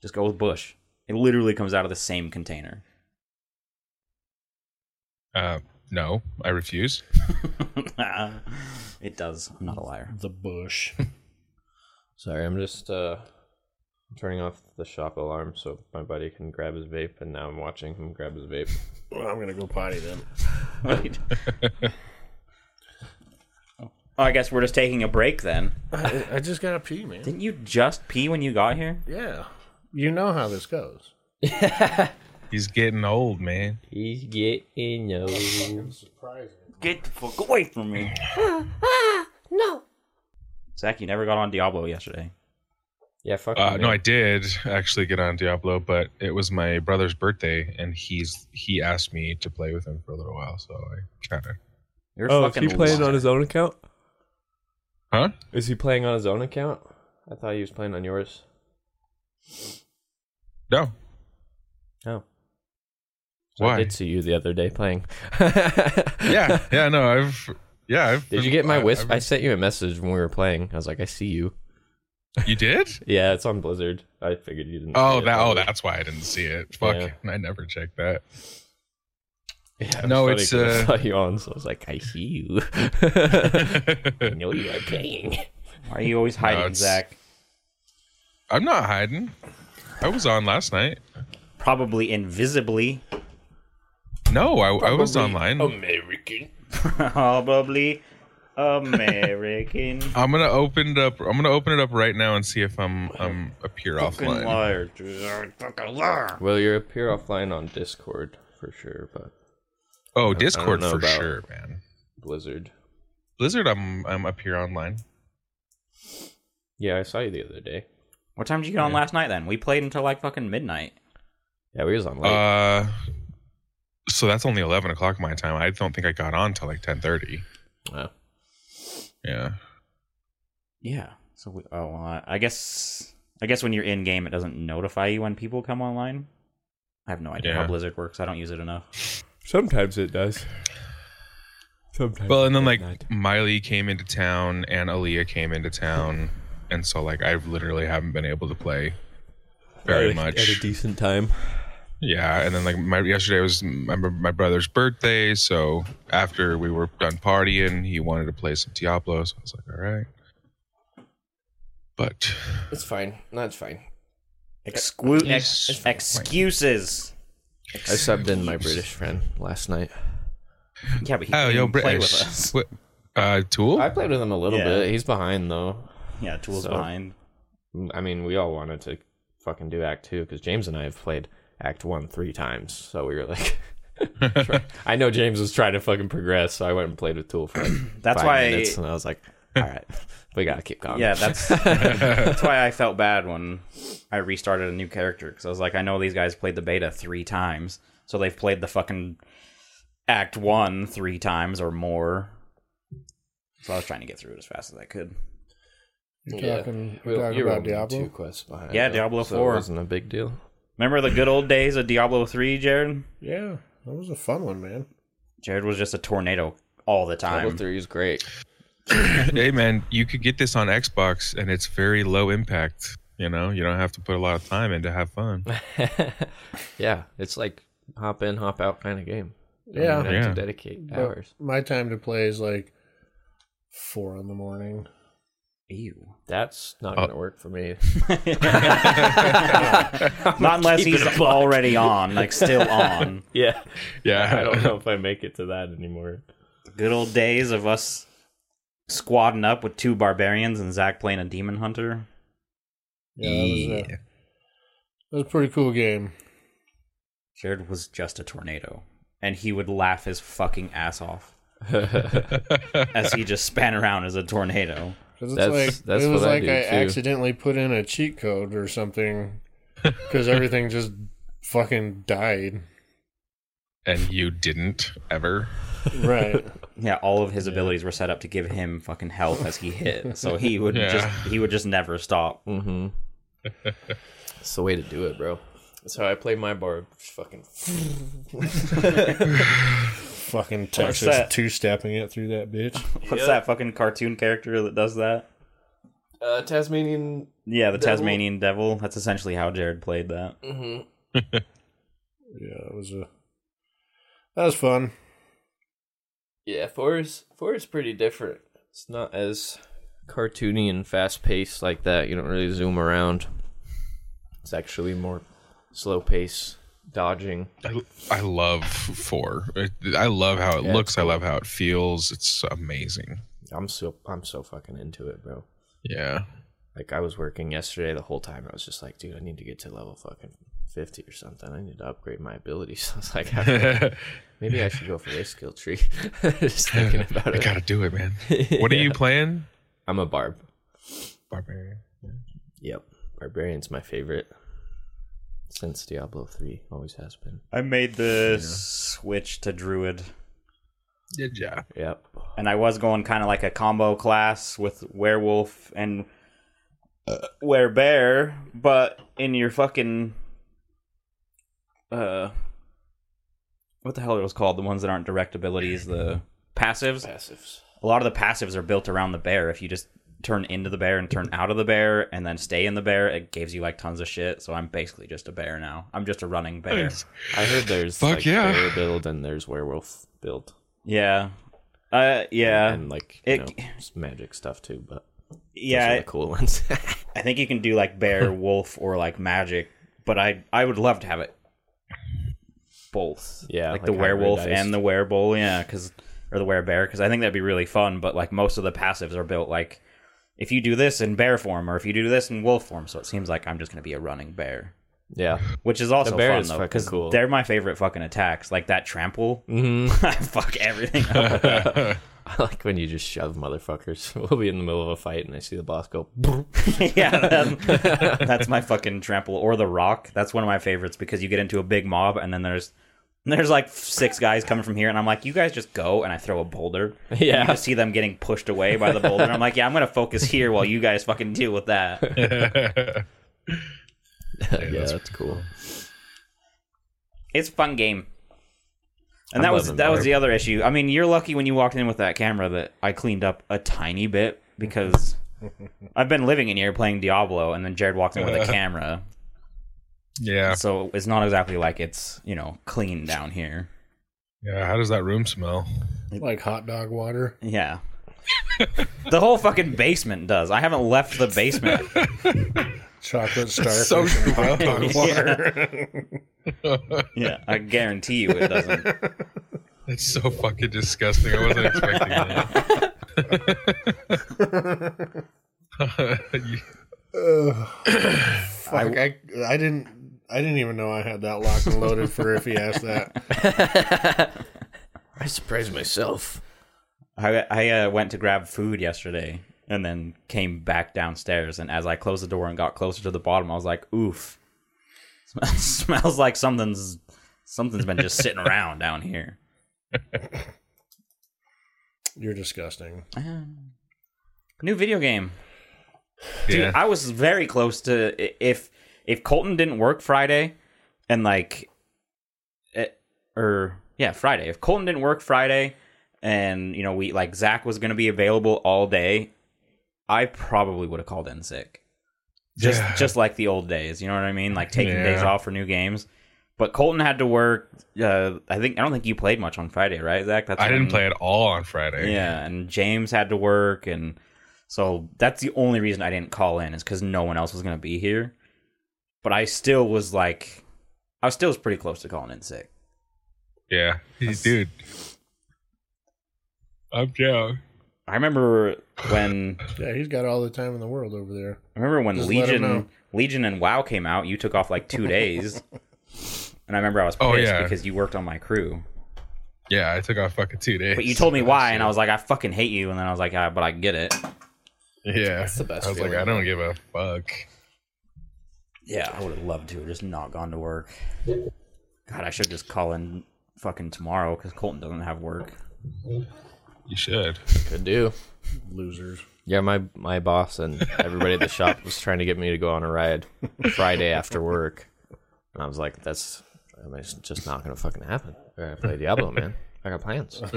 B: Just go with Bush. It literally comes out of the same container.
A: Uh, no, I refuse.
B: it does. I'm not a liar.
C: The Bush.
D: Sorry, I'm just uh turning off the shop alarm so my buddy can grab his vape and now I'm watching him grab his vape.
C: Well, I'm going to go potty then.
B: Wait. oh, I guess we're just taking a break then.
C: I, I just got to pee, man.
B: Didn't you just pee when you got here?
C: Yeah. You know how this goes.
A: He's getting old, man.
D: He's getting old.
B: Get the fuck away from me. no. Zach, you never got on Diablo yesterday.
D: Yeah, fuck.
A: Uh,
D: him,
A: no, I
D: man.
A: did actually get on Diablo, but it was my brother's birthday, and he's he asked me to play with him for a little while, so I kind of
B: You're
D: Oh, is
B: fucking
D: he playing
B: lost.
D: on his own account?
A: huh.
D: Is he playing on his own account? I thought he was playing on yours.
A: No.
D: Oh. So I
A: Why?
D: did see you the other day playing.
A: yeah, yeah, no, I've yeah, I've
D: Did you
A: been-
D: get my
A: I-
D: wisp? I
A: I've-
D: sent you a message when we were playing. I was like, I see you.
A: you did?
D: Yeah, it's on Blizzard. I figured you didn't.
A: Oh,
D: see it,
A: that oh,
D: probably.
A: that's why I didn't see it. Fuck,
D: Yeah.
A: I never checked that.
D: Yeah, it was
A: No,
D: funny
A: it's,
D: 'cause
A: uh,
D: I saw you on, so I was like, I see you. I know you are playing.
B: Why are you always hiding,
A: it's-
B: Zach?
A: I'm not hiding. I was on last night.
B: Probably invisibly.
A: No, I, I was online.
D: American.
B: Probably American.
A: I'm gonna open it up. I'm gonna open it up right now and see if I'm I'm appear offline.
B: liar. dude. Fucking liar.
D: Well, you're up here offline on Discord for sure, but
A: Oh, Discord
D: know
A: for
D: about-
A: sure, man.
D: Blizzard.
A: Blizzard, I'm I'm up here online.
D: Yeah, I saw you the other day.
B: What time did you get on last night then? We played until like fucking midnight.
D: Yeah, we was on late.
A: Uh, so that's only eleven o'clock my time. I don't think I got on till like ten thirty.
D: Wow.
A: Yeah.
B: Yeah. So we, oh well, I, I guess I guess when you're in game it doesn't notify you when people come online. I have no idea
A: Yeah.
B: how Blizzard works. I don't use it enough.
D: Sometimes it does. Sometimes.
A: Well, and then like Miley came into town and Aaliyah came into town, and so like I literally haven't been able to play very
D: at a
A: much.
D: decent time.
A: Yeah, and then like my yesterday was my, my brother's birthday, so after we were done partying, he wanted to play some Diablo, so I was like, all right. But
D: It's fine. That's fine.
B: Exclu-
A: Yes.
B: ex- excuses.
D: I subbed in my British friend last night.
B: Yeah, but he
A: Oh,
B: didn't
A: yo,
B: even play
A: British.
B: with us.
A: What- Uh, Tool?
D: I played with him a little
B: Yeah.
D: bit. He's behind though.
B: Yeah, Tool's
D: So-
B: behind.
D: I mean, we all wanted to fucking do Act Two because James and I have played Act One three times, so we were like. try- I know James was trying to fucking progress, so I went and played with Tool for like
B: That's
D: five
B: why-
D: minutes, and I was like, "All right, we gotta keep going."
B: Yeah, that's that's why I felt bad when I restarted a new character because I was like, I know these guys played the beta three times, so they've played the fucking Act One three times or more. So I was trying to get through it as fast as I could.
C: You're
D: Yeah.
C: talking,
D: Well,
C: you're talking
D: you're
C: about
D: only Two
C: Diablo?
D: quests behind.
B: Yeah,
D: though,
B: Diablo
D: so
B: 4.
D: it wasn't a big deal.
B: Remember the good old days of Diablo three, Jared?
C: Yeah, that was a fun one, man.
B: Jared was just a tornado all the time.
D: Diablo three is great.
A: hey man, you could get this on Xbox and it's very low impact. You know, you don't have to put a lot of time in to have fun.
D: yeah, it's like hop in, hop out kind of game. You
C: Yeah.
D: don't have
A: Yeah.
D: to dedicate
C: But
D: hours.
C: my time to play is like four in the morning.
B: Ew.
D: That's not gonna work for me.
B: Not unless he's already on, like still on.
D: Yeah, I
A: Yeah,
D: don't know if I make it to that anymore.
B: Good old days of us squadding up with two barbarians and Zach playing a demon hunter.
C: Yeah, that was a, that was a pretty cool game.
B: Jared was just a tornado, and he would laugh his fucking ass off as he just span around as a tornado.
C: 'Cause it's
D: That's-
C: like
D: that's
C: it was
D: what I
C: like
D: do,
C: I,
D: too.
C: accidentally put in a cheat code or something because everything just fucking died.
A: and you didn't ever.
C: Right.
B: Yeah, all of his abilities were set up to give him fucking health as he hit, so he would
A: Yeah.
B: just he would just never stop.
D: Mm-hmm. That's the way to do it, bro. That's how I play my bar. Just Fucking
C: fucking Texas
B: that?
C: two stepping it through that bitch.
B: What's that fucking cartoon character that does that?
D: uh, Tasmanian.
B: Yeah, the Tasmanian devil. That's essentially how Jared played that.
C: Yeah, it was a that was fun.
D: Yeah, four is four is pretty different. It's not as cartoony and fast paced like that. You don't really zoom around. It's actually more slow pace dodging.
A: I, I love four. I- I love how it
D: Yeah,
A: looks. I love how it feels. It's amazing.
D: I'm so I'm so fucking into it, bro.
A: Yeah.
D: Like I was working yesterday the whole time. I was just like, dude, I need to get to level fucking fifty or something. I need to upgrade my abilities. I was like, maybe I should go for this skill tree. just thinking about
A: I
D: it.
A: gotta do it, man. What are you playing?
D: I'm a barb.
A: Barbarian.
D: Yep, barbarian's my favorite since Diablo three. Always has been.
B: I made the switch to druid,
A: Good job.
D: Yep.
B: and I was going kind of like a combo class with werewolf and uh, bear, but in your fucking uh, what the hell it was called? The ones that aren't direct abilities, the passives.
D: Passives.
B: A lot of the passives are built around the bear. If you just turn into the bear and turn out of the bear and then stay in the bear, it gives you like tons of shit. So I'm basically just a bear now. I'm just a running bear.
D: I heard there's
A: Fuck
D: like
A: yeah.
D: bear build and there's werewolf build
B: Yeah. Uh, yeah.
D: and like you
B: It-
D: know, s- magic stuff too. But yeah,
B: Yeah,
D: those are the cool ones.
B: I think you can do like bear, wolf, or like magic, but I I would love to have it both.
D: Yeah,
B: like,
D: like
B: the werewolf
D: hybridized.
B: and the werewolf. Yeah, because or the bear, because I think that'd be really fun. But like most of the passives are built like if you do this in bear form or if you do this in wolf form, so it seems like I'm just gonna be a running bear,
D: yeah.
B: which is also
D: bear
B: fun
D: is
B: though
D: fucking
B: because
D: cool.
B: they're my favorite fucking attacks. Like that trample,
D: Mm-hmm.
B: I fuck everything up. with that.
D: I like when you just shove motherfuckers. We'll be in the middle of a fight and I see the boss go.
B: yeah, that, that's my fucking trample or the rock. That's one of my favorites because you get into a big mob and then there's there's like six guys coming from here and I'm like, you guys just go and I throw a boulder. And
D: Yeah.
B: you just see them getting pushed away by the boulder. I'm like, yeah, I'm gonna focus here while you guys fucking deal with that.
D: yeah, that's, cool.
B: It's a fun game. And
D: I'm
B: that was
D: loving
B: that was
D: Barb.
B: the other issue. I mean, you're lucky when you walked in with that camera that I cleaned up a tiny bit because I've been living in here playing Diablo, and then Jared walked in with a camera,
A: yeah.
B: so it's not exactly like it's you know clean down here.
A: Yeah. How does that room smell?
C: Like hot dog water.
B: Yeah. the whole fucking basement does. I haven't left the basement
C: chocolate starfish
A: So
C: and hot
A: gross.
C: dog water.
B: Yeah, I guarantee you it doesn't.
A: That's so fucking disgusting. I wasn't expecting that. You-
C: Fuck, I, I didn't I didn't even know I had that locked and loaded for if he asked that.
D: I surprised myself.
B: I, I uh, went to grab food yesterday and then came back downstairs. And as I closed the door and got closer to the bottom, I was like, "Oof, Sm- smells like something's something's been just sitting around down here."
C: You're disgusting.
B: Um. New video game. Dude,
A: yeah.
B: I was very close to i- if if Colton didn't work Friday and like it, or yeah, Friday. If Colton didn't work Friday and you know we like Zach was going to be available all day, I probably would have called in sick. Just
A: Yeah.
B: just like the old days, you know what I mean? Like taking days
A: Yeah.
B: off for new games. But Colton had to work. Uh, I think I don't think you played much on Friday, right, Zach? That's
A: I didn't
B: when-
A: play at all on Friday.
B: yeah, and James had to work, and so that's the only reason I didn't call in is because no one else was gonna be here. But I still was like, I was still was pretty close to calling in sick.
A: Yeah. Hey, dude. I'm down.
B: I remember when
C: Yeah, he's got all the time in the world over there.
B: I remember when
C: Just let 'em know.
B: Legion Legion and WoW came out. You took off like two days, and I remember I was pissed
A: Oh, yeah.
B: because you worked on my crew.
A: Yeah, I took off fucking two days.
B: But you told me why, and I was like, I fucking hate you. And then I was like, ah, but I get it.
A: Yeah.
D: That's the best
A: I was like,
D: feeling.
A: I don't give a fuck.
B: Yeah, I would have loved to have just not gone to work. God, I should just call in fucking tomorrow because Colton doesn't have work.
A: You should.
D: Could do.
C: Losers.
D: Yeah, my my boss and everybody at the shop was trying to get me to go on a ride Friday after work, and I was like, "That's I mean, it's just not gonna fucking happen." I gotta play Diablo, man. I got plans. And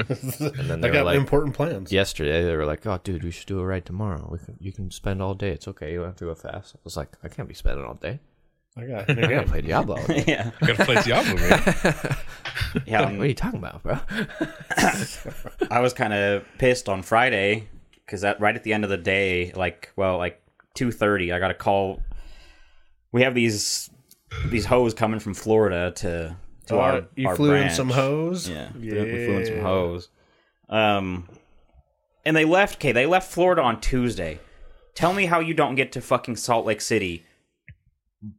D: then they
C: I
D: were
C: got
D: like,
C: important plans.
D: yesterday they were like, "Oh, dude, we should do a ride tomorrow. We can, you can spend all day. It's okay. You don't have to go fast." I was like, "I can't be spending all day.
C: I got
D: I gotta play Diablo. what
B: yeah,
A: You gotta play Diablo, man.
B: yeah.
D: are
B: um,
D: you talking about, bro?"
B: I was kind of pissed on Friday because that right at the end of the day, like, well, like two thirty, I got a call. We have these these hoes coming from Florida to to
C: Oh,
B: our
C: you
B: our
C: flew
B: branch.
C: in some hoes.
B: Yeah, we flew in some hoes. Um, and they left. Okay, they left Florida on Tuesday. Tell me how you don't get to fucking Salt Lake City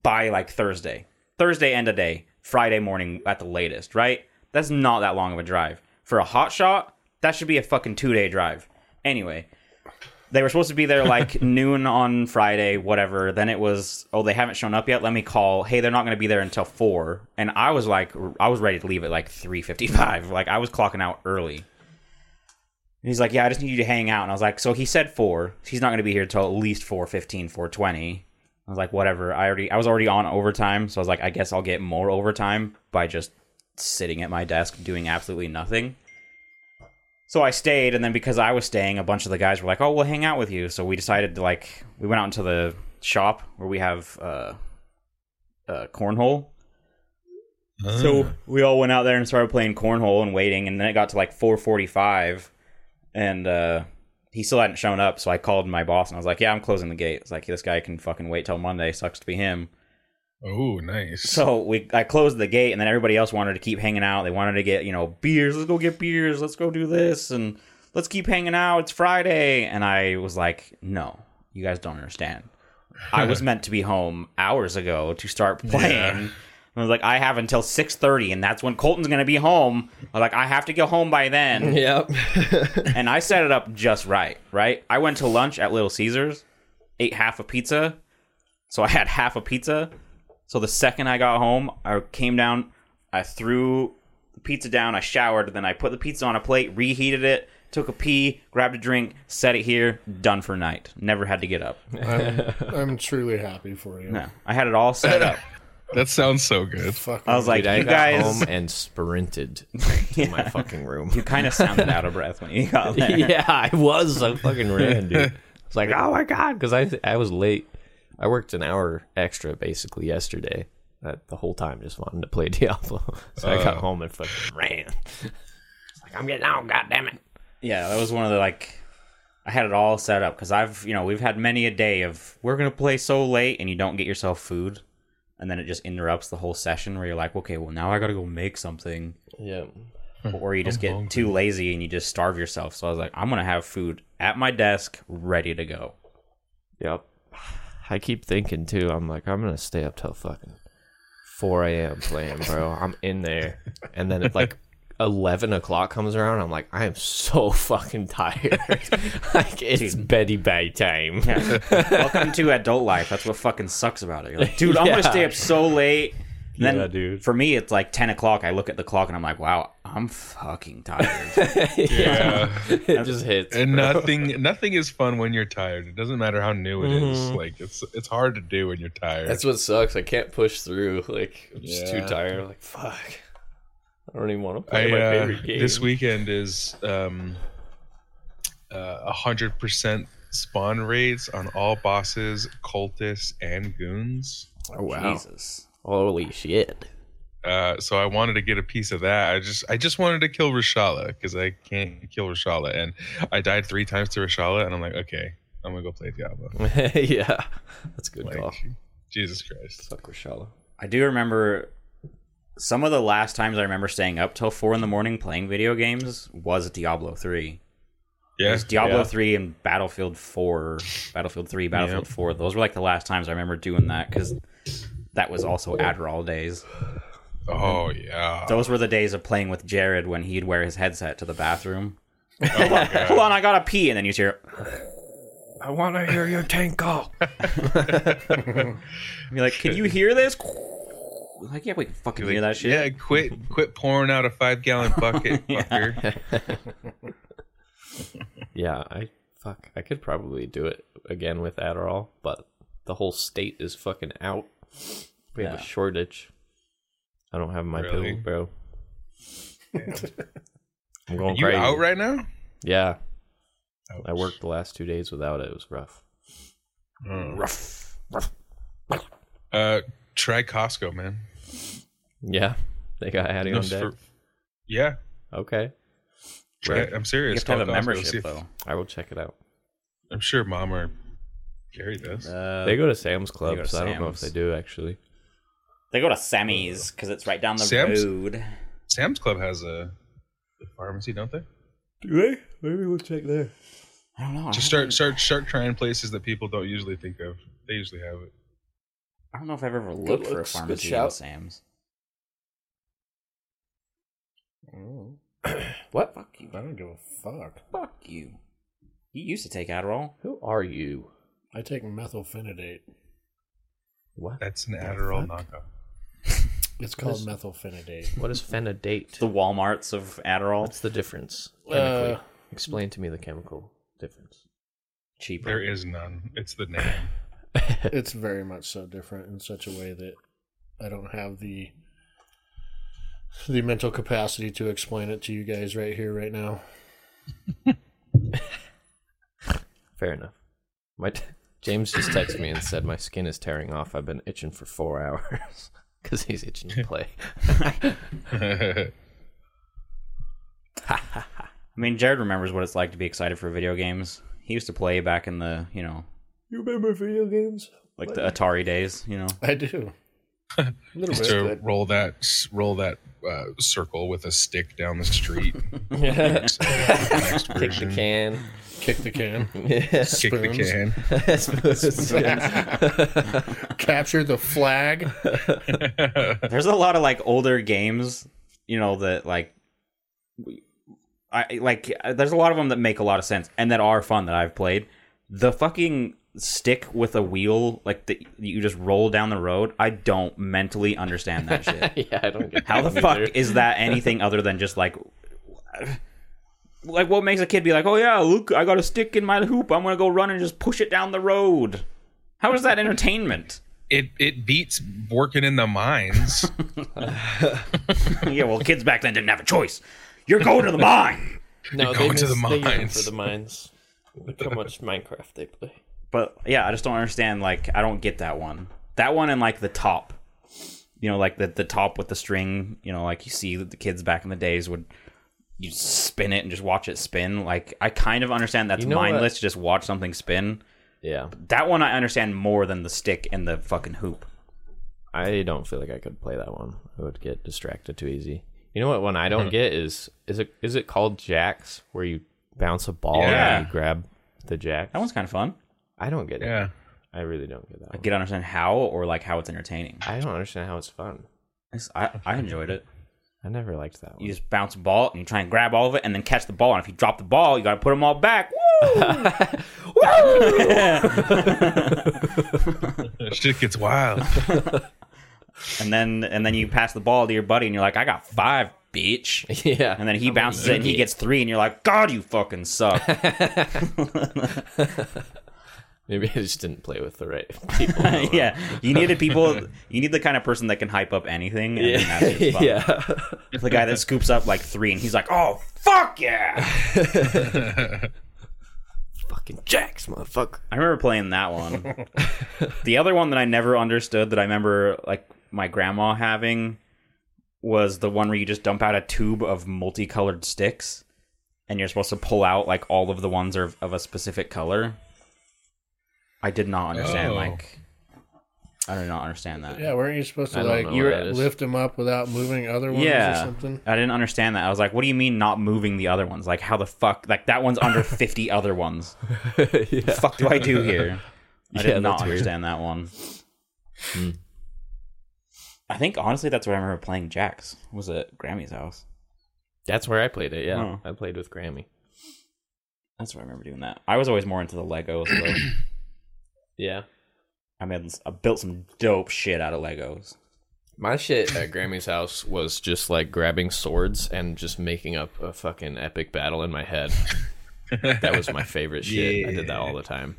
B: by like Thursday, Thursday end of day, Friday morning at the latest, right? That's not that long of a drive for a hot shot. That should be a fucking two day drive. Anyway, they were supposed to be there like noon on Friday, whatever. Then it was, oh, they haven't shown up yet. Let me call. Hey, they're not going to be there until four. And I was like, I was ready to leave at like three fifty-five. Like I was clocking out early. And he's like, yeah, I just need you to hang out. And I was like, so he said four. He's not going to be here till at least 4.15, 4.20. I was like, whatever. I already, I was already on overtime, so I was like, I guess I'll get more overtime by just sitting at my desk doing absolutely nothing. So I stayed, and then because I was staying, a bunch of the guys were like, "Oh, we'll hang out with you." So we decided to like we went out into the shop where we have uh, uh cornhole.
A: Ah. Um,
B: So we all went out there and started playing cornhole and waiting, and then it got to like 4:45, and uh, he still hadn't shown up. So I called my boss and I was like, "Yeah, I'm closing the gate." It's like this guy can fucking wait till Monday. Sucks to be him.
A: Oh, nice.
B: So we, I closed the gate, and then everybody else wanted to keep hanging out. They wanted to get, you know, beers. Let's go get beers. Let's go do this, and let's keep hanging out. It's Friday, and I was like, no, you guys don't understand. I was meant to be home hours ago to start playing. I was like, I have until six thirty, and that's when Colton's gonna be home. I was like, I have to get home by then
D: yep.
B: and I set it up just right, right? I went to lunch at Little Caesars, ate half a pizza. So I had half a pizza. So the second I got home, I came down, I threw the pizza down, I showered, then I put the pizza on a plate, reheated it, took a pee, grabbed a drink, set it here, done for night. Never had to get up.
C: I'm, I'm truly happy for you.
B: No, I had it all set up.
A: That sounds so good.
C: Fuck.
B: I was like,
D: Dude, I
B: you
D: got
B: guys
D: home and sprinted to my fucking room.
B: kind of sounded out of breath when you got there.
D: yeah, I was. I fucking ran, dude. It's like, oh my god, because I I was late. I worked an hour extra basically yesterday. I, the whole time just wanted to play Diablo, so I got home and fucking ran. It's like I'm getting out, god damn it.
B: Yeah, that was one of the like. I had it all set up because I've, you know, we've had many a day of we're gonna play so late and you don't get yourself food, and then it just interrupts the whole session where you're like, okay, well now I gotta go make something,
D: Yeah. Hmm.
B: or you just get too lazy and you just starve yourself. So I was like, I'm gonna have food at my desk ready to go.
D: Yep. I keep thinking too. I'm like, I'm gonna stay up till fucking 4 a.m. playing, bro. I'm in there, and then it like 11 o'clock comes around. I'm like, I am so fucking tired. like it's Betty Bay time.
B: Welcome to adult life. That's what fucking sucks about it. You're like, dude, I'm gonna
D: Yeah.
B: stay up so late. And then
D: Yeah, dude.
B: for me, it's like 10 o'clock. I look at the clock and I'm like, wow, I'm fucking tired.
A: Yeah.
D: it just hits.
A: and nothing nothing is fun when you're tired. It doesn't matter how new it is. Like it's it's hard to do when you're tired.
D: That's what sucks. I can't push through. Like I'm just
A: Yeah.
D: too tired. like fuck. I don't even want to play
A: I,
D: my
A: uh,
D: favorite game.
A: this weekend is um uh, a hundred percent spawn rates on all bosses, cultists, and goons.
D: Oh, wow.
B: Jesus.
D: Holy shit.
A: Uh, so I wanted to get a piece of that. I just I just wanted to kill Rashala because I can't kill Rashala, and I died three times to Rashala, and I'm like, okay, I'm gonna go play Diablo.
D: yeah. That's a good
A: Like,
D: call.
A: Jesus Christ!
D: Fuck Rashala.
B: I do remember some of the last times I remember staying up till four in the morning playing video games was Diablo three. It
A: Yeah,
B: was Diablo three and Battlefield four, Battlefield three, Battlefield four. Those were like the last times I remember doing that because that was also Adderall days.
A: Oh yeah.
B: Those were the days of playing with Jared when he'd wear his headset to the bathroom.
A: Oh,
B: Hold on, I gotta pee, and then you hear
D: I want to hear your tank call.
B: be like, "Can you hear this?" Like, yeah, we can fucking hear that shit.
A: Yeah, quit quit pouring out a five gallon bucket, fucker.
D: yeah, I fuck. I could probably do it again with Adderall, but the whole state is fucking out. We have
B: Yeah.
D: a shortage. I don't have my
A: Really?
D: pill, bro. I'm going
A: You
D: crazy.
A: out right now?
D: Yeah. I worked the last two days without it. It was rough.
A: Mm. Uh, try Costco, man.
D: Yeah. They got Addy
A: No,
D: on deck.
A: for- yeah,
D: Okay.
A: try,
D: Right.
A: I'm
B: You
A: serious.
B: have to have a
A: Call Costco, see
B: membership
A: if-
B: though.
D: I will check it out.
A: I'm sure mom or Gary does.
B: Uh,
D: They go to Sam's Club,
B: go
D: so
B: to
D: I don't know if they
B: Sam's.
D: do actually.
B: They go to Sammy's because it's right down the
A: Sam's?
B: road.
A: Sam's Club has a, a pharmacy, don't they?
D: Do they? Maybe we'll check there.
B: I don't know. I
D: Oh.
A: Just
B: haven't-
A: start start start trying places that people don't usually think of. They usually have it.
B: I don't know if I've ever looked for a
D: looks, good
B: pharmacy in
D: shout.
B: Sam's.
D: What?
B: Fuck you.
C: I don't give a fuck.
B: Fuck you. You used to take Adderall.
D: Who are you?
C: I take methylphenidate.
D: What?
A: That's an Adderall knockoff.
C: It's called methylphenidate.
D: What is phenidate?
B: The WalMarts of Adderall.
D: What's the difference? Chemically?
C: Uh,
D: Explain to me the chemical difference.
B: Cheaper.
A: There is none. It's the name.
C: it's very much so different in such a way that I don't have the the mental capacity to explain it to you guys right here, right now.
D: Fair enough. My t- James just texted me and said my skin is tearing off. I've been itching for four hours because he's itching to play.
B: I mean, Jared remembers what it's like to be excited for video games. He used to play back in the, you know,
D: you remember video games?
B: like the Atari days, you know.
C: I do. A little
A: Just
C: bit.
A: to roll that roll that uh, circle with a stick down the street.
D: Kick
A: Next
D: the
A: version.
D: can.
C: Kick the can.
A: Kick the
C: spoons.
A: can.
C: Capture the flag.
B: There's a lot of like older games, you know, that like we- I like uh, there's a lot of them that make a lot of sense and that are fun that I've played. The fucking stick with a wheel like that you just roll down the road, I don't mentally understand that shit.
D: yeah, I don't get
B: How the
D: that
B: fuck
D: either.
B: is that anything other than just like like what makes a kid be like, "Oh yeah, look, I got a stick in my hoop. I'm going to go run and just push it down the road." How is that entertainment?
A: It it beats working in the mines.
B: yeah, well, kids back then didn't have a choice. You're going to the mine.
D: No,
A: You're going to the
D: miss- use it
A: mines.
D: for the mines. Look how much Minecraft they play.
B: But yeah, I just don't understand. Like, I don't get that one. That one and like the top, you know, like the the top with the string. You know, like you see that the kids back in the days would you spin it and just watch it spin. Like I kind of understand that's
D: You know what?
B: mindless to just watch something spin.
D: Yeah.
B: That one I understand more than the stick and the fucking hoop.
D: I don't feel like I could play that one. I would get distracted too easy. You know what one I don't get is is it is it called jacks where you bounce a ball
A: Yeah.
D: and you grab the jack?
B: That one's kind of fun.
D: I don't get it.
A: Yeah.
D: I really don't get that.
B: I
D: One.
B: get to understand how or like how it's entertaining.
D: I don't understand how it's fun.
B: It's- I, I enjoyed it.
D: I never liked that
B: You
D: one.
B: just bounce a ball and you try and grab all of it and then catch the ball. And if you drop the ball, you got to put them all back. Woo!
A: Shit gets wild.
B: and then and then you pass the ball to your buddy and you're like, I got five, bitch.
D: yeah.
B: And then he bounces it and he gets three and you're like, God, you fucking suck.
D: Maybe I just didn't play with the right people.
B: yeah, you needed people. You need the kind of person that can hype up anything. And yeah, that's just fun.
D: yeah.
B: the guy that scoops up like three and he's like, "Oh fuck yeah!"
D: Fucking jacks, motherfucker.
B: I remember playing that one. the other one that I never understood that I remember like my grandma having was the one where you just dump out a tube of multicolored sticks, and you're supposed to pull out like all of the ones are of a specific color. I did not understand.
A: Oh.
B: Like, I did not understand that.
C: Yeah, weren't you supposed to
D: I don't
C: like
D: know
C: you
D: what that is.
C: lift them up without moving other ones or something?
B: I didn't understand that. I was like, what do you mean not moving the other ones? Like, how the fuck? Like, that one's under 50 other ones. The
D: yeah.
B: fuck do I do here? I
D: Yeah,
B: did not
D: that's weird.
B: understand that one. Hmm. I think, honestly, that's what I remember playing Jax was at Grammy's house.
D: That's where I played it. Yeah.
B: Oh.
D: I played with Grammy.
B: That's what I remember doing that. I was always more into the Legos, though.
D: Yeah.
B: I made, I built some dope shit out of Legos.
D: My shit at Grammy's house was just like grabbing swords and just making up a fucking epic battle in my head. that was my favorite shit. I did that all the time.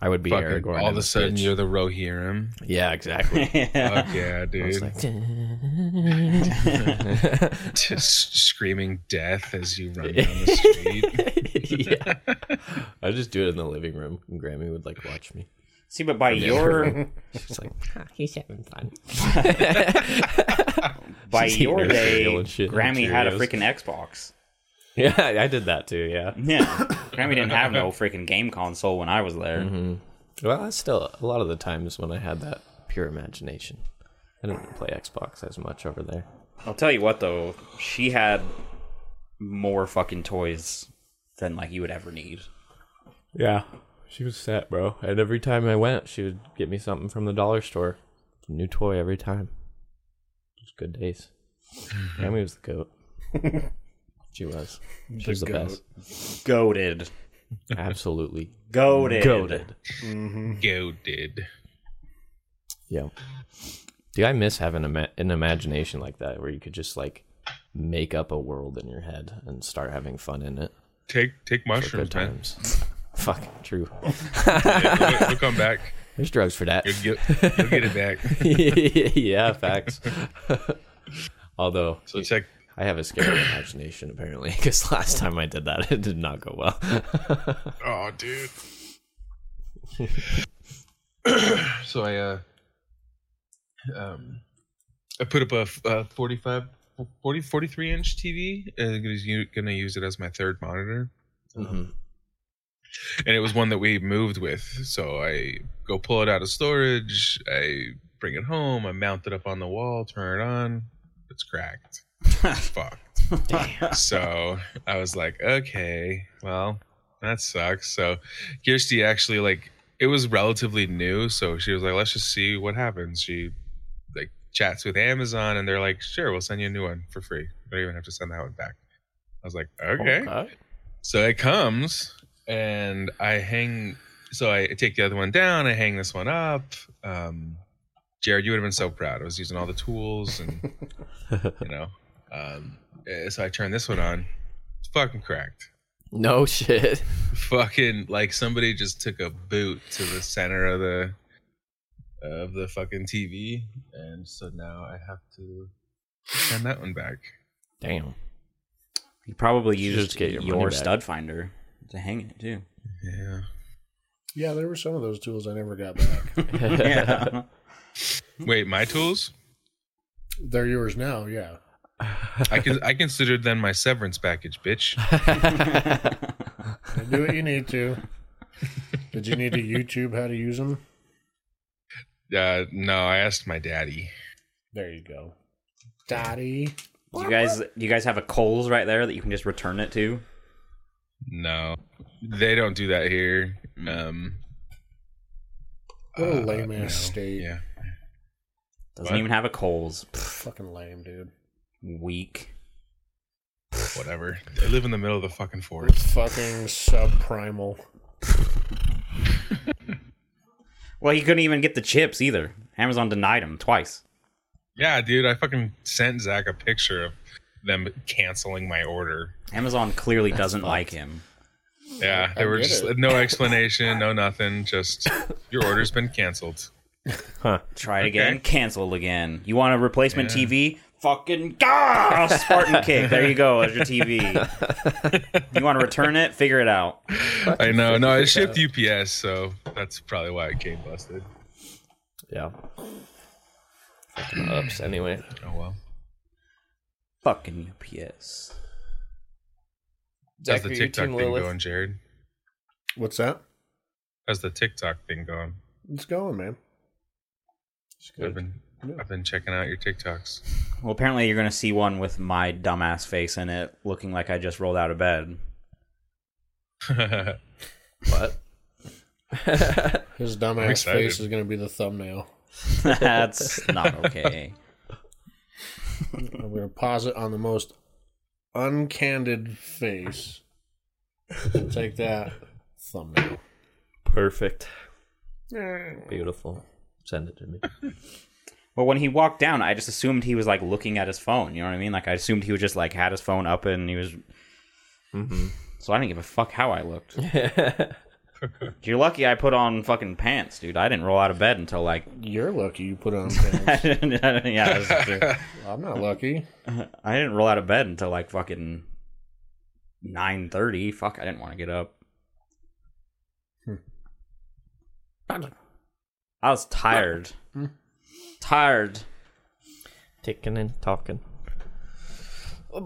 D: I would be
A: Fucking,
D: Aragorn.
A: all
D: in
A: of a
D: the
A: sudden,
D: pitch.
A: you're the Rohirrim.
D: yeah, exactly.
A: Fuck yeah, dude.
D: like-
A: Just screaming death as you run down the street.
D: yeah, I just do it in the living room, and Grammy would like watch me.
B: See, but by your
D: She's like, "Huh, he's having fun.
B: by
D: She's eating
B: your
D: her
B: day,
D: cereal and shit and
B: Grammy had a
D: Cheerios.
B: freaking Xbox.
D: Yeah, I I did that too. Yeah.
B: Yeah, Grammy didn't have no freaking game console when I was there.
D: Well, that's still a lot of the times when I had that pure imagination. I didn't play Xbox as much over there.
B: I'll tell you what though, she had more fucking toys than like you would ever need.
D: Yeah. She was set, bro. And every time I went, she would get me something from the dollar store. New toy every time. Just good days. Grammy was the goat. she was. She was Mm-hmm. the best.
B: Goaded.
D: Absolutely
B: Goaded.
D: goated.
A: Go, did.
D: Yeah. Do I miss having a ma- an imagination like that where you could just like make up a world in your head and start having fun in it?
A: Take take mushrooms,
D: Good
A: man.
D: times. Fuck, true.
A: Yeah, We'll, we'll come back.
D: There's drugs for that.
A: You'll get, you'll get it back.
D: yeah, facts. Although
A: So check.
D: I have a scary imagination apparently because last time I did that it did not go well.
A: Oh, dude. so I uh um I put up a f- uh, 45 40 43 inch TV and I'm gonna u- gonna use it as my third monitor. Mm-hmm.
D: Mhm.
A: and it was one that we moved with. So I go pull it out of storage, I bring it home, I mount it up on the wall, turn it on, it's cracked. It's fucked. So I was like, okay, well, that sucks. So Kirsty actually like it was relatively new, so she was like, let's just see what happens. She like chats with Amazon and they're like, sure, we'll send you a new one for free. You don't even have to send that one back. I was like, okay. So it comes and I hang. So I take the other one down. I hang this one up. Um, Jared, you would have been so proud. I was using all the tools and you know. Um, eh, so I turn this one on. It's fucking cracked.
D: No shit.
A: Fucking like somebody just took a boot to the center of the of the fucking TV, and so now I have to send that one back.
D: Damn.
B: You probably
D: You
B: used
D: just get
B: your,
D: your money back.
B: stud finder to hang it too.
A: Yeah.
C: Yeah, there were some of those tools I never got back.
B: Yeah.
A: Wait, my tools?
C: They're yours now. Yeah,
A: I can I considered then my severance package, bitch.
C: Do what you need to. Did you need to YouTube how to use them?
A: Uh, no, I asked my daddy.
C: There you go. Daddy.
B: Do you guys, do you guys have a Coles right there that you can just return it to?
A: No, they don't do that here. Um,
C: What a
A: uh,
C: lame ass
A: no.
C: state.
A: Yeah,
B: Doesn't
A: What?
B: even have a Coles.
C: Fucking lame, dude.
B: Weak.
A: whatever. They live in the middle of the fucking forest.
C: Fucking subprimal.
B: Well, he couldn't even get the chips either. Amazon denied him twice.
A: Yeah, dude, I fucking sent Zach a picture of them canceling my order.
B: Amazon clearly doesn't like him.
A: Yeah, they were
C: get
A: just
C: it.
A: no explanation, no nothing. Just your order's been canceled.
B: Try it again.
A: Okay.
B: Canceled again. You want a replacement TV? Fucking ah, Spartan kick. There you go. There's your TV. you want to return it? Figure it out.
A: I know. No, it shipped UPS, so that's probably why it came busted.
D: yeah. Fucking ups anyway.
A: Oh well.
B: Fucking UPS.
A: How's
D: Zach,
A: the
D: are you
A: TikTok
D: team
A: thing
D: Lilith?
A: going, Jared?
C: What's that?
A: How's the TikTok thing going?
C: It's going, man. It's
A: I've
C: good.
A: been I've been checking out your TikToks.
B: Well, apparently you're gonna see one with my dumbass face in it, looking like I just rolled out of bed.
A: That's
D: What?
C: His dumbass
A: excited.
C: face is going to be the thumbnail.
B: That's not okay.
C: I'm going to pause it on the most uncandid face. Take that thumbnail.
D: Perfect. Beautiful. Send it to me.
B: But when he walked down, I just assumed he was like looking at his phone. You know what I mean? Like I assumed he was just like had his phone up and he was. So I didn't give a fuck how I looked. You're lucky I put on fucking pants, dude. I didn't roll out of bed until like.
C: You're lucky you put on pants.
B: yeah, that's true.
C: I'm not lucky.
B: I didn't roll out of bed until like fucking nine thirty. Fuck, I didn't want to get up. I was tired. tired.
D: Ticking and talking.
A: Oh,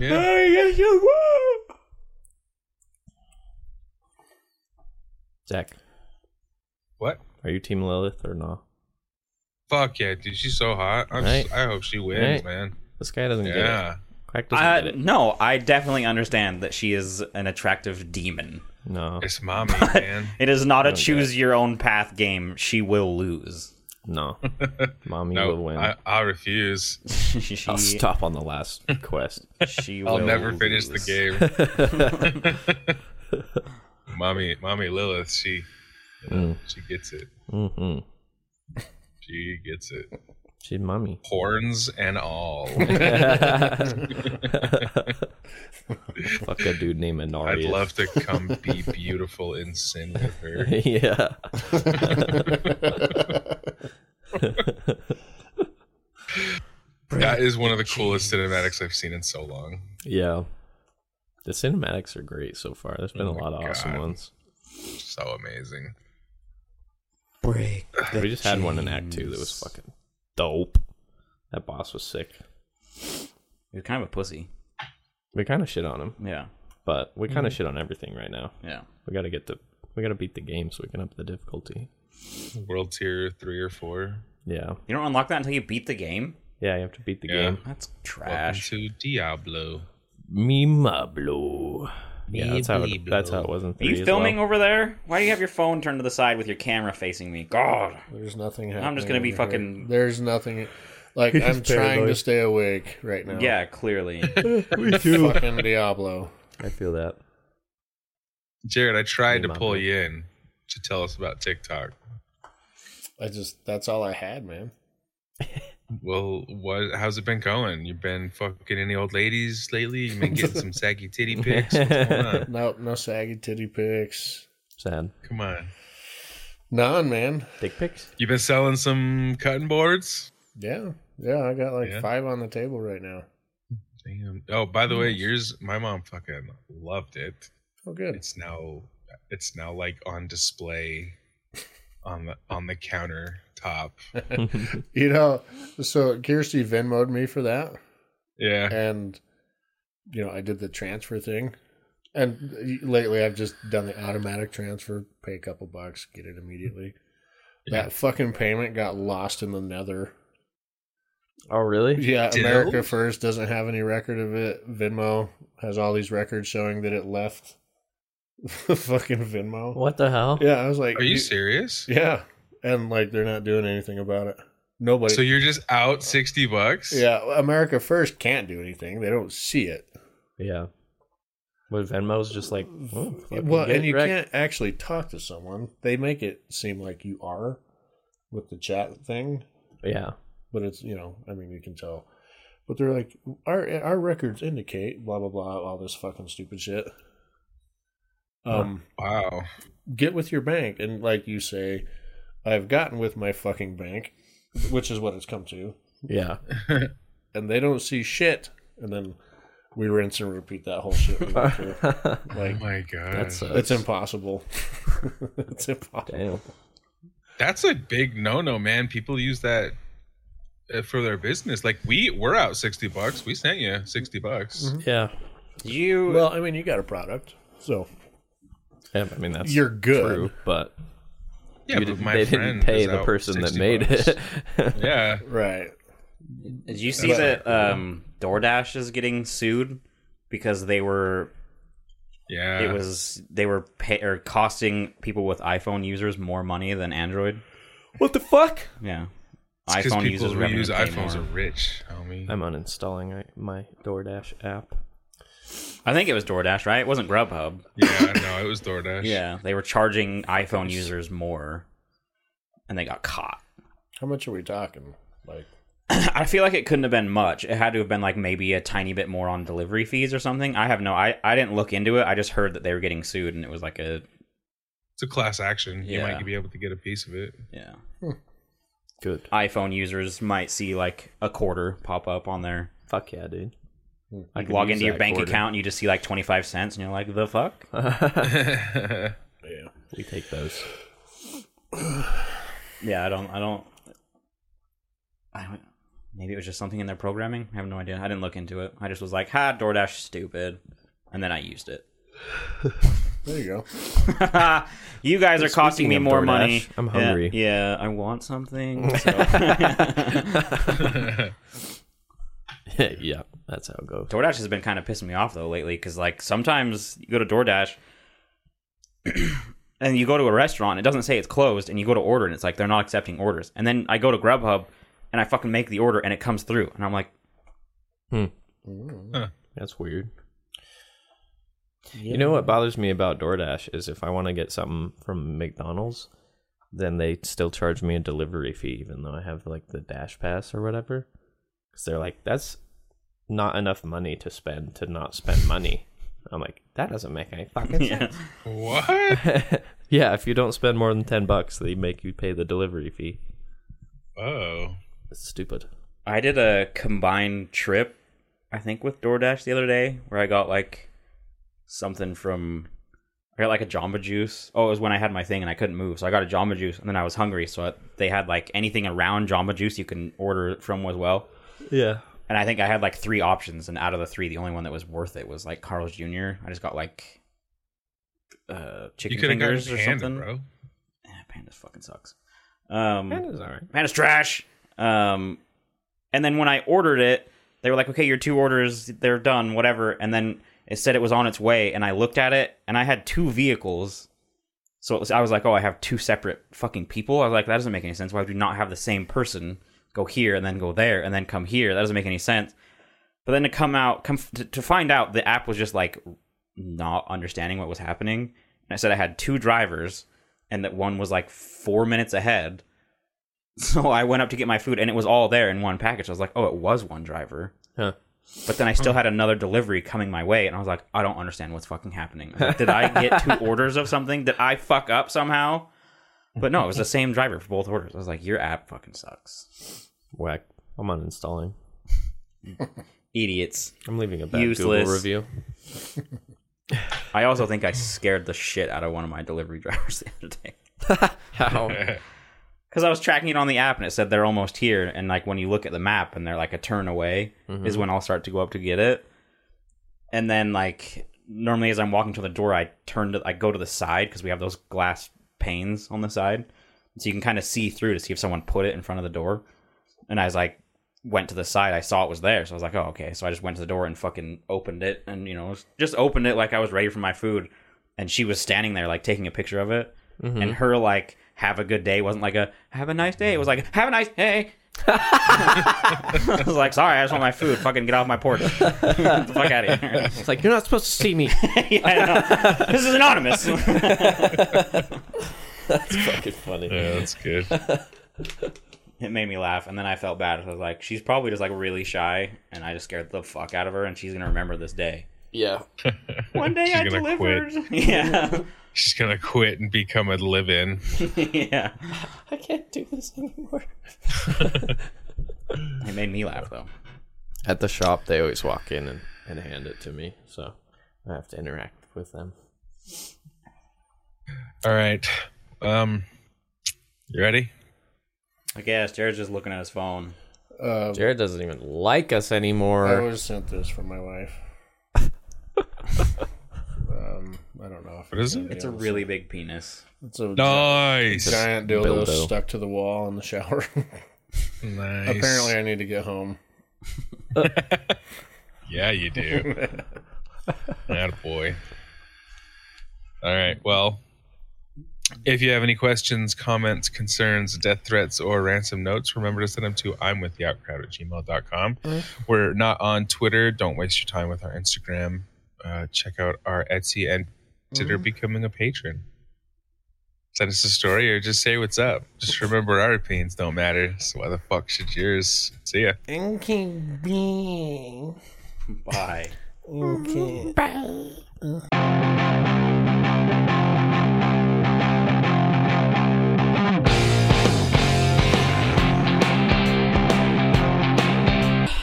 A: yeah.
D: Zach,
A: What?
D: are you team Lilith or no?
A: Fuck yeah, dude. She's so hot. I'm
D: Right.
A: s- I hope she wins,
D: Right.
A: man.
D: This guy doesn't get it.
A: Yeah.
D: Quack doesn't
B: I,
D: get it.
B: no, I definitely understand that she is an attractive demon.
D: No,
A: It's mommy, man.
B: It is not
D: Oh,
B: a choose your own path game. She will lose.
D: no. Mommy will
A: No,
D: win.
A: I, I refuse.
B: she,
D: I'll stop on the last quest.
B: she
A: I'll
B: will
A: never finish the game.
B: lose.
A: mommy, mommy Lilith, she, you know,
D: Mm.
A: she gets it.
D: hmm
A: She gets it.
D: She's mommy.
A: Horns and all.
D: Oh, Fuck a dude named
A: I'd
D: Anarius.
A: love to come be beautiful in sin with her.
D: yeah.
A: That is one of the coolest cinematics I've seen in so long.
D: Yeah. The cinematics are great so far. There's been a
A: Oh my
D: lot of awesome
A: God.
D: ones.
A: So amazing.
B: Break.
D: We just had one in Act 2 that was fucking dope. That boss was sick.
B: You're kind of a pussy.
D: We kind of shit on him,
B: Yeah.
D: but we kind of shit on everything right now.
B: Yeah.
D: We got to get the we got to beat the game so we can up the difficulty.
A: World tier three or four.
D: Yeah.
B: You don't unlock that until you beat the game.
D: Yeah, you have to beat the
A: Yeah.
D: game.
B: That's
A: Welcome
B: trash.
A: to Diablo.
D: Mima blue. Yeah, that's how it,
A: Mima
D: that's how it was in
B: Are
D: 3
B: you
D: as
B: filming
D: well.
B: over there? Why do you have your phone turned to the side with your camera facing me? God.
C: There's nothing happening.
B: I'm just gonna be
C: over here.
B: fucking-
C: There's nothing. Like
D: He's
C: I'm trying to
D: paranoid.
C: stay awake right now.
B: Yeah, clearly.
C: Fucking Diablo.
D: I feel that.
A: Jared, I tried to
D: Mima
A: pull
D: Blue.
A: you in to tell us about TikTok.
C: I just that's all I had, man.
A: Well, what? How's it been going? You've been fucking any old ladies lately? You've been getting some saggy titty pics. What's going on?
C: No, no saggy titty pics.
D: Sad.
A: Come on.
C: None, man.
D: Dick pics?
A: You've been selling some cutting boards.
C: Yeah, yeah. I got like
A: Yeah.
C: five on the table right now.
A: Damn. Oh, by the way, yours. My mom fucking loved it.
C: Oh, good.
A: It's now. It's now like on display on the on the countertop.
C: You know, so Kirsty Venmoed me for that,
A: Yeah.
C: and you know I did the transfer thing, and lately I've just done the automatic transfer, pay a couple bucks, get it immediately.
A: Yeah.
C: That fucking payment got lost in the nether.
D: Oh, really?
C: Yeah,
A: Ditto.
C: America First doesn't have any record of it. Venmo has all these records showing that it left fucking Venmo.
D: What the hell?
C: Yeah, I was like,
A: Are you
C: "You-
A: serious?
C: Yeah, and like they're not doing anything about it. Nobody.
A: So you're just out sixty bucks?
C: yeah, America First can't do anything. They don't see it.
D: Yeah. But Venmo's just like, "Oh, fucking
C: well,
D: get
C: and you
D: wrecked."
C: can't actually talk to someone. They make it seem like you are with the chat thing,
D: Yeah.
C: but it's you know, I mean, you can tell. But they're like, our our records indicate blah blah blah, all this fucking stupid shit. Um.
A: Wow.
C: get with your bank and like you say i've gotten with my fucking bank which is what it's come to
D: Yeah.
C: and they don't see shit and then we rinse and repeat that whole shit we went through.
A: Oh
C: like
A: my god.
D: That's uh,
A: That's a,
C: it's impossible it's impossible
D: damn.
A: big no no, man. People use that uh, for their business. Like we we're out sixty bucks. We sent you sixty bucks.
D: Yeah.
B: You
C: well i mean you got a product so
D: Yeah, I mean that's
C: You're good.
D: True, but,
A: Yeah,
D: you
A: but
D: didn't-
A: my
D: they
A: friend
D: didn't pay
A: is
D: the
A: out
D: person that
A: 60
D: made
A: bucks.
D: it.
A: Yeah.
C: right
B: Did you see that um, DoorDash is getting sued because they were
A: Yeah.
D: Uh.
B: it was they were pay, or costing people with iPhone users more money than Android?
D: what the fuck?
B: Yeah,
A: because
B: iPhone
A: people
B: users
A: who
B: revenue
A: use
B: pay
A: iPhones
B: more.
A: are rich, homie.
D: I'm uninstalling right- my DoorDash app.
B: I think it was DoorDash, right? It wasn't Grubhub.
A: yeah, no, it was DoorDash.
B: Yeah, they were charging iPhone users more, and they got caught.
C: how much are we talking like
B: I feel like it couldn't have been much. It had to have been like maybe a tiny bit more on delivery fees or something. I have no. I I didn't look into it. I just heard that they were getting sued, and it was like a
A: It's a class action. You
B: Yeah.
A: might be able to get a piece of it.
B: yeah.
D: Good.
B: iPhone users might see like a quarter pop up on their
D: Fuck yeah, dude.
B: like
D: could
B: log
D: use
B: into your
D: that
B: bank
D: quarter.
B: account and you just see like 25 cents and you're like the fuck
C: yeah
D: We take those.
B: yeah i don't i don't i don't maybe it was just something in their programming i have no idea i didn't look into it i just was like ha doordash stupid and then i used it
C: there you go
B: you guys are costing me
D: of
B: more
D: DoorDash,
B: money
D: I'm
B: Yeah,
D: hungry.
B: yeah, i want something so.
D: yeah, that's how it goes.
B: DoorDash has been kind of pissing me off though lately because like sometimes you go to DoorDash and you go to a restaurant, it doesn't say it's closed, and you go to order and it's like they're not accepting orders. And then I go to Grubhub and I fucking make the order and it comes through, and I'm like,
D: That's weird. You know what bothers me about DoorDash is if I want to get something from McDonald's, then they still charge me a delivery fee, even though I have like the Dash Pass or whatever. Because they're like, that's not enough money to spend to not spend money. I'm like, that doesn't make any fucking sense.
B: yeah,
A: what?
D: yeah, if you don't spend more than ten bucks, they make you pay the delivery fee.
A: Oh.
D: It's stupid.
B: I did a combined trip, I think, with DoorDash the other day where I got like something from. I got like a Jamba Juice. Oh, it was when I had my thing and I couldn't move, so I got a Jamba Juice, and then I was hungry, so I, they had like anything around Jamba Juice you can order from as well.
D: Yeah.
B: And I think I had like three options, and out of the three, the only one that was worth it was like Carl's Jr. I just got like uh
A: You
B: chicken
A: could have gotten
B: fingers or
A: panda,
B: something.
A: bro.
B: Eh, pandas fucking sucks. Um,
D: Panda's alright.
B: man, it's trash. Um, and then when I ordered it, they were like, okay, your two orders, they're done, whatever. And then it said it was on its way, and I looked at it, and I had two vehicles. So it was, I was like, oh, I have two separate fucking people. I was like, that doesn't make any sense. Why do you not have the same person go here and then go there and then come here? That doesn't make any sense. But then to come out, come to, to find out, the app was just like not understanding what was happening. And I said I had two drivers, and that one was like four minutes ahead. So I went up to get my food, and it was all there in one package. I was like, oh, it was one driver.
D: Huh.
B: But then I still had another delivery coming my way, and I was like, I don't understand what's fucking happening. Like, did I get two orders of something? Did I fuck up somehow? But no, it was the same driver for both orders. I was like, your app fucking sucks.
D: Whack. I'm uninstalling.
B: Idiots.
D: I'm leaving a bad
B: Useless.
D: Google review.
B: I also think I scared the shit out of one of my delivery drivers the other day.
D: How?
B: Because I was tracking it on the app and it said they're almost here. And like when you look at the map and they're like a turn away is when I'll start to go up to get it. And then like normally as I'm walking to the door, I turn to I go to the side because we have those glass panes on the side, so you can kind of see through to see if someone put it in front of the door. And I was like, went to the side, I saw it was there, so I was like, oh okay. So I just went to the door and fucking opened it, and you know just opened it like I was ready for my food. And she was standing there like taking a picture of it, and her like have a good day wasn't like a have a nice day. It was like have a nice day. I was like, sorry, I just want my food. Fucking get off my porch. Get the fuck out of here.
D: It's like you're not supposed to see me.
B: Yeah, I know. this is anonymous.
D: It's fucking funny.
A: Yeah, that's good.
B: it made me laugh, and then I felt bad. I was like, she's probably just like really shy, and I just scared the fuck out of her, and she's gonna remember this day.
D: Yeah.
B: One day
A: She's
B: I
A: gonna quit.
B: delivered. Yeah,
A: She's gonna quit and become a live-in.
B: yeah.
D: I can't do this anymore.
B: It made me laugh though.
D: At the shop, they always walk in and, and hand it to me, so I have to interact with them.
A: All right. Um, you ready?
B: I guess Jared's just looking at his phone.
C: Uh,
D: Jared doesn't even like us
C: I
D: anymore.
C: always sent this from my wife. um, I don't know. If
A: What is it?
C: gonna be
B: It's a
C: on-
B: really big penis.
C: It's a
A: Nice.
C: giant dildo,
D: dildo.
C: stuck to the wall in the shower.
A: Nice.
C: Apparently, I need to get home.
A: Yeah, you do. that boy. All right. Well, if you have any questions, comments, concerns, death threats, or ransom notes, remember to send them to I'm with the outcrowd at gmail.com. We're not on Twitter. Don't waste your time with our Instagram. Uh, check out our Etsy and consider becoming a patron. Send us a story or just say what's up. Just remember our opinions don't matter. So why the fuck should yours? See ya.
B: Bye.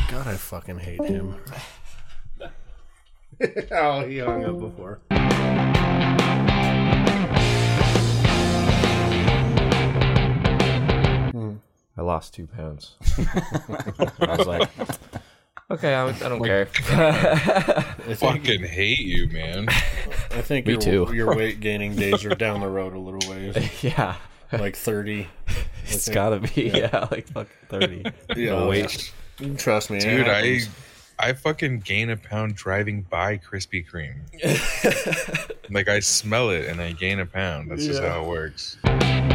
C: God, I fucking hate him. oh, he hung up before.
D: I lost two pounds. I was like, okay, I, I don't care.
C: I think,
A: Fucking hate you, man.
C: I think
D: Me
C: your,
D: too.
C: your weight gaining days are down the road a little ways,
D: yeah,
C: like thirty.
D: it's
C: think-
D: gotta be yeah, like fuck thirty.
C: Yeah,
D: wait.
C: Trust me, it
A: Dude, I
C: happens.
A: I fucking gain a pound driving by Krispy Kreme. like I smell it and I gain a pound. That's just
C: Yeah.
A: how it works.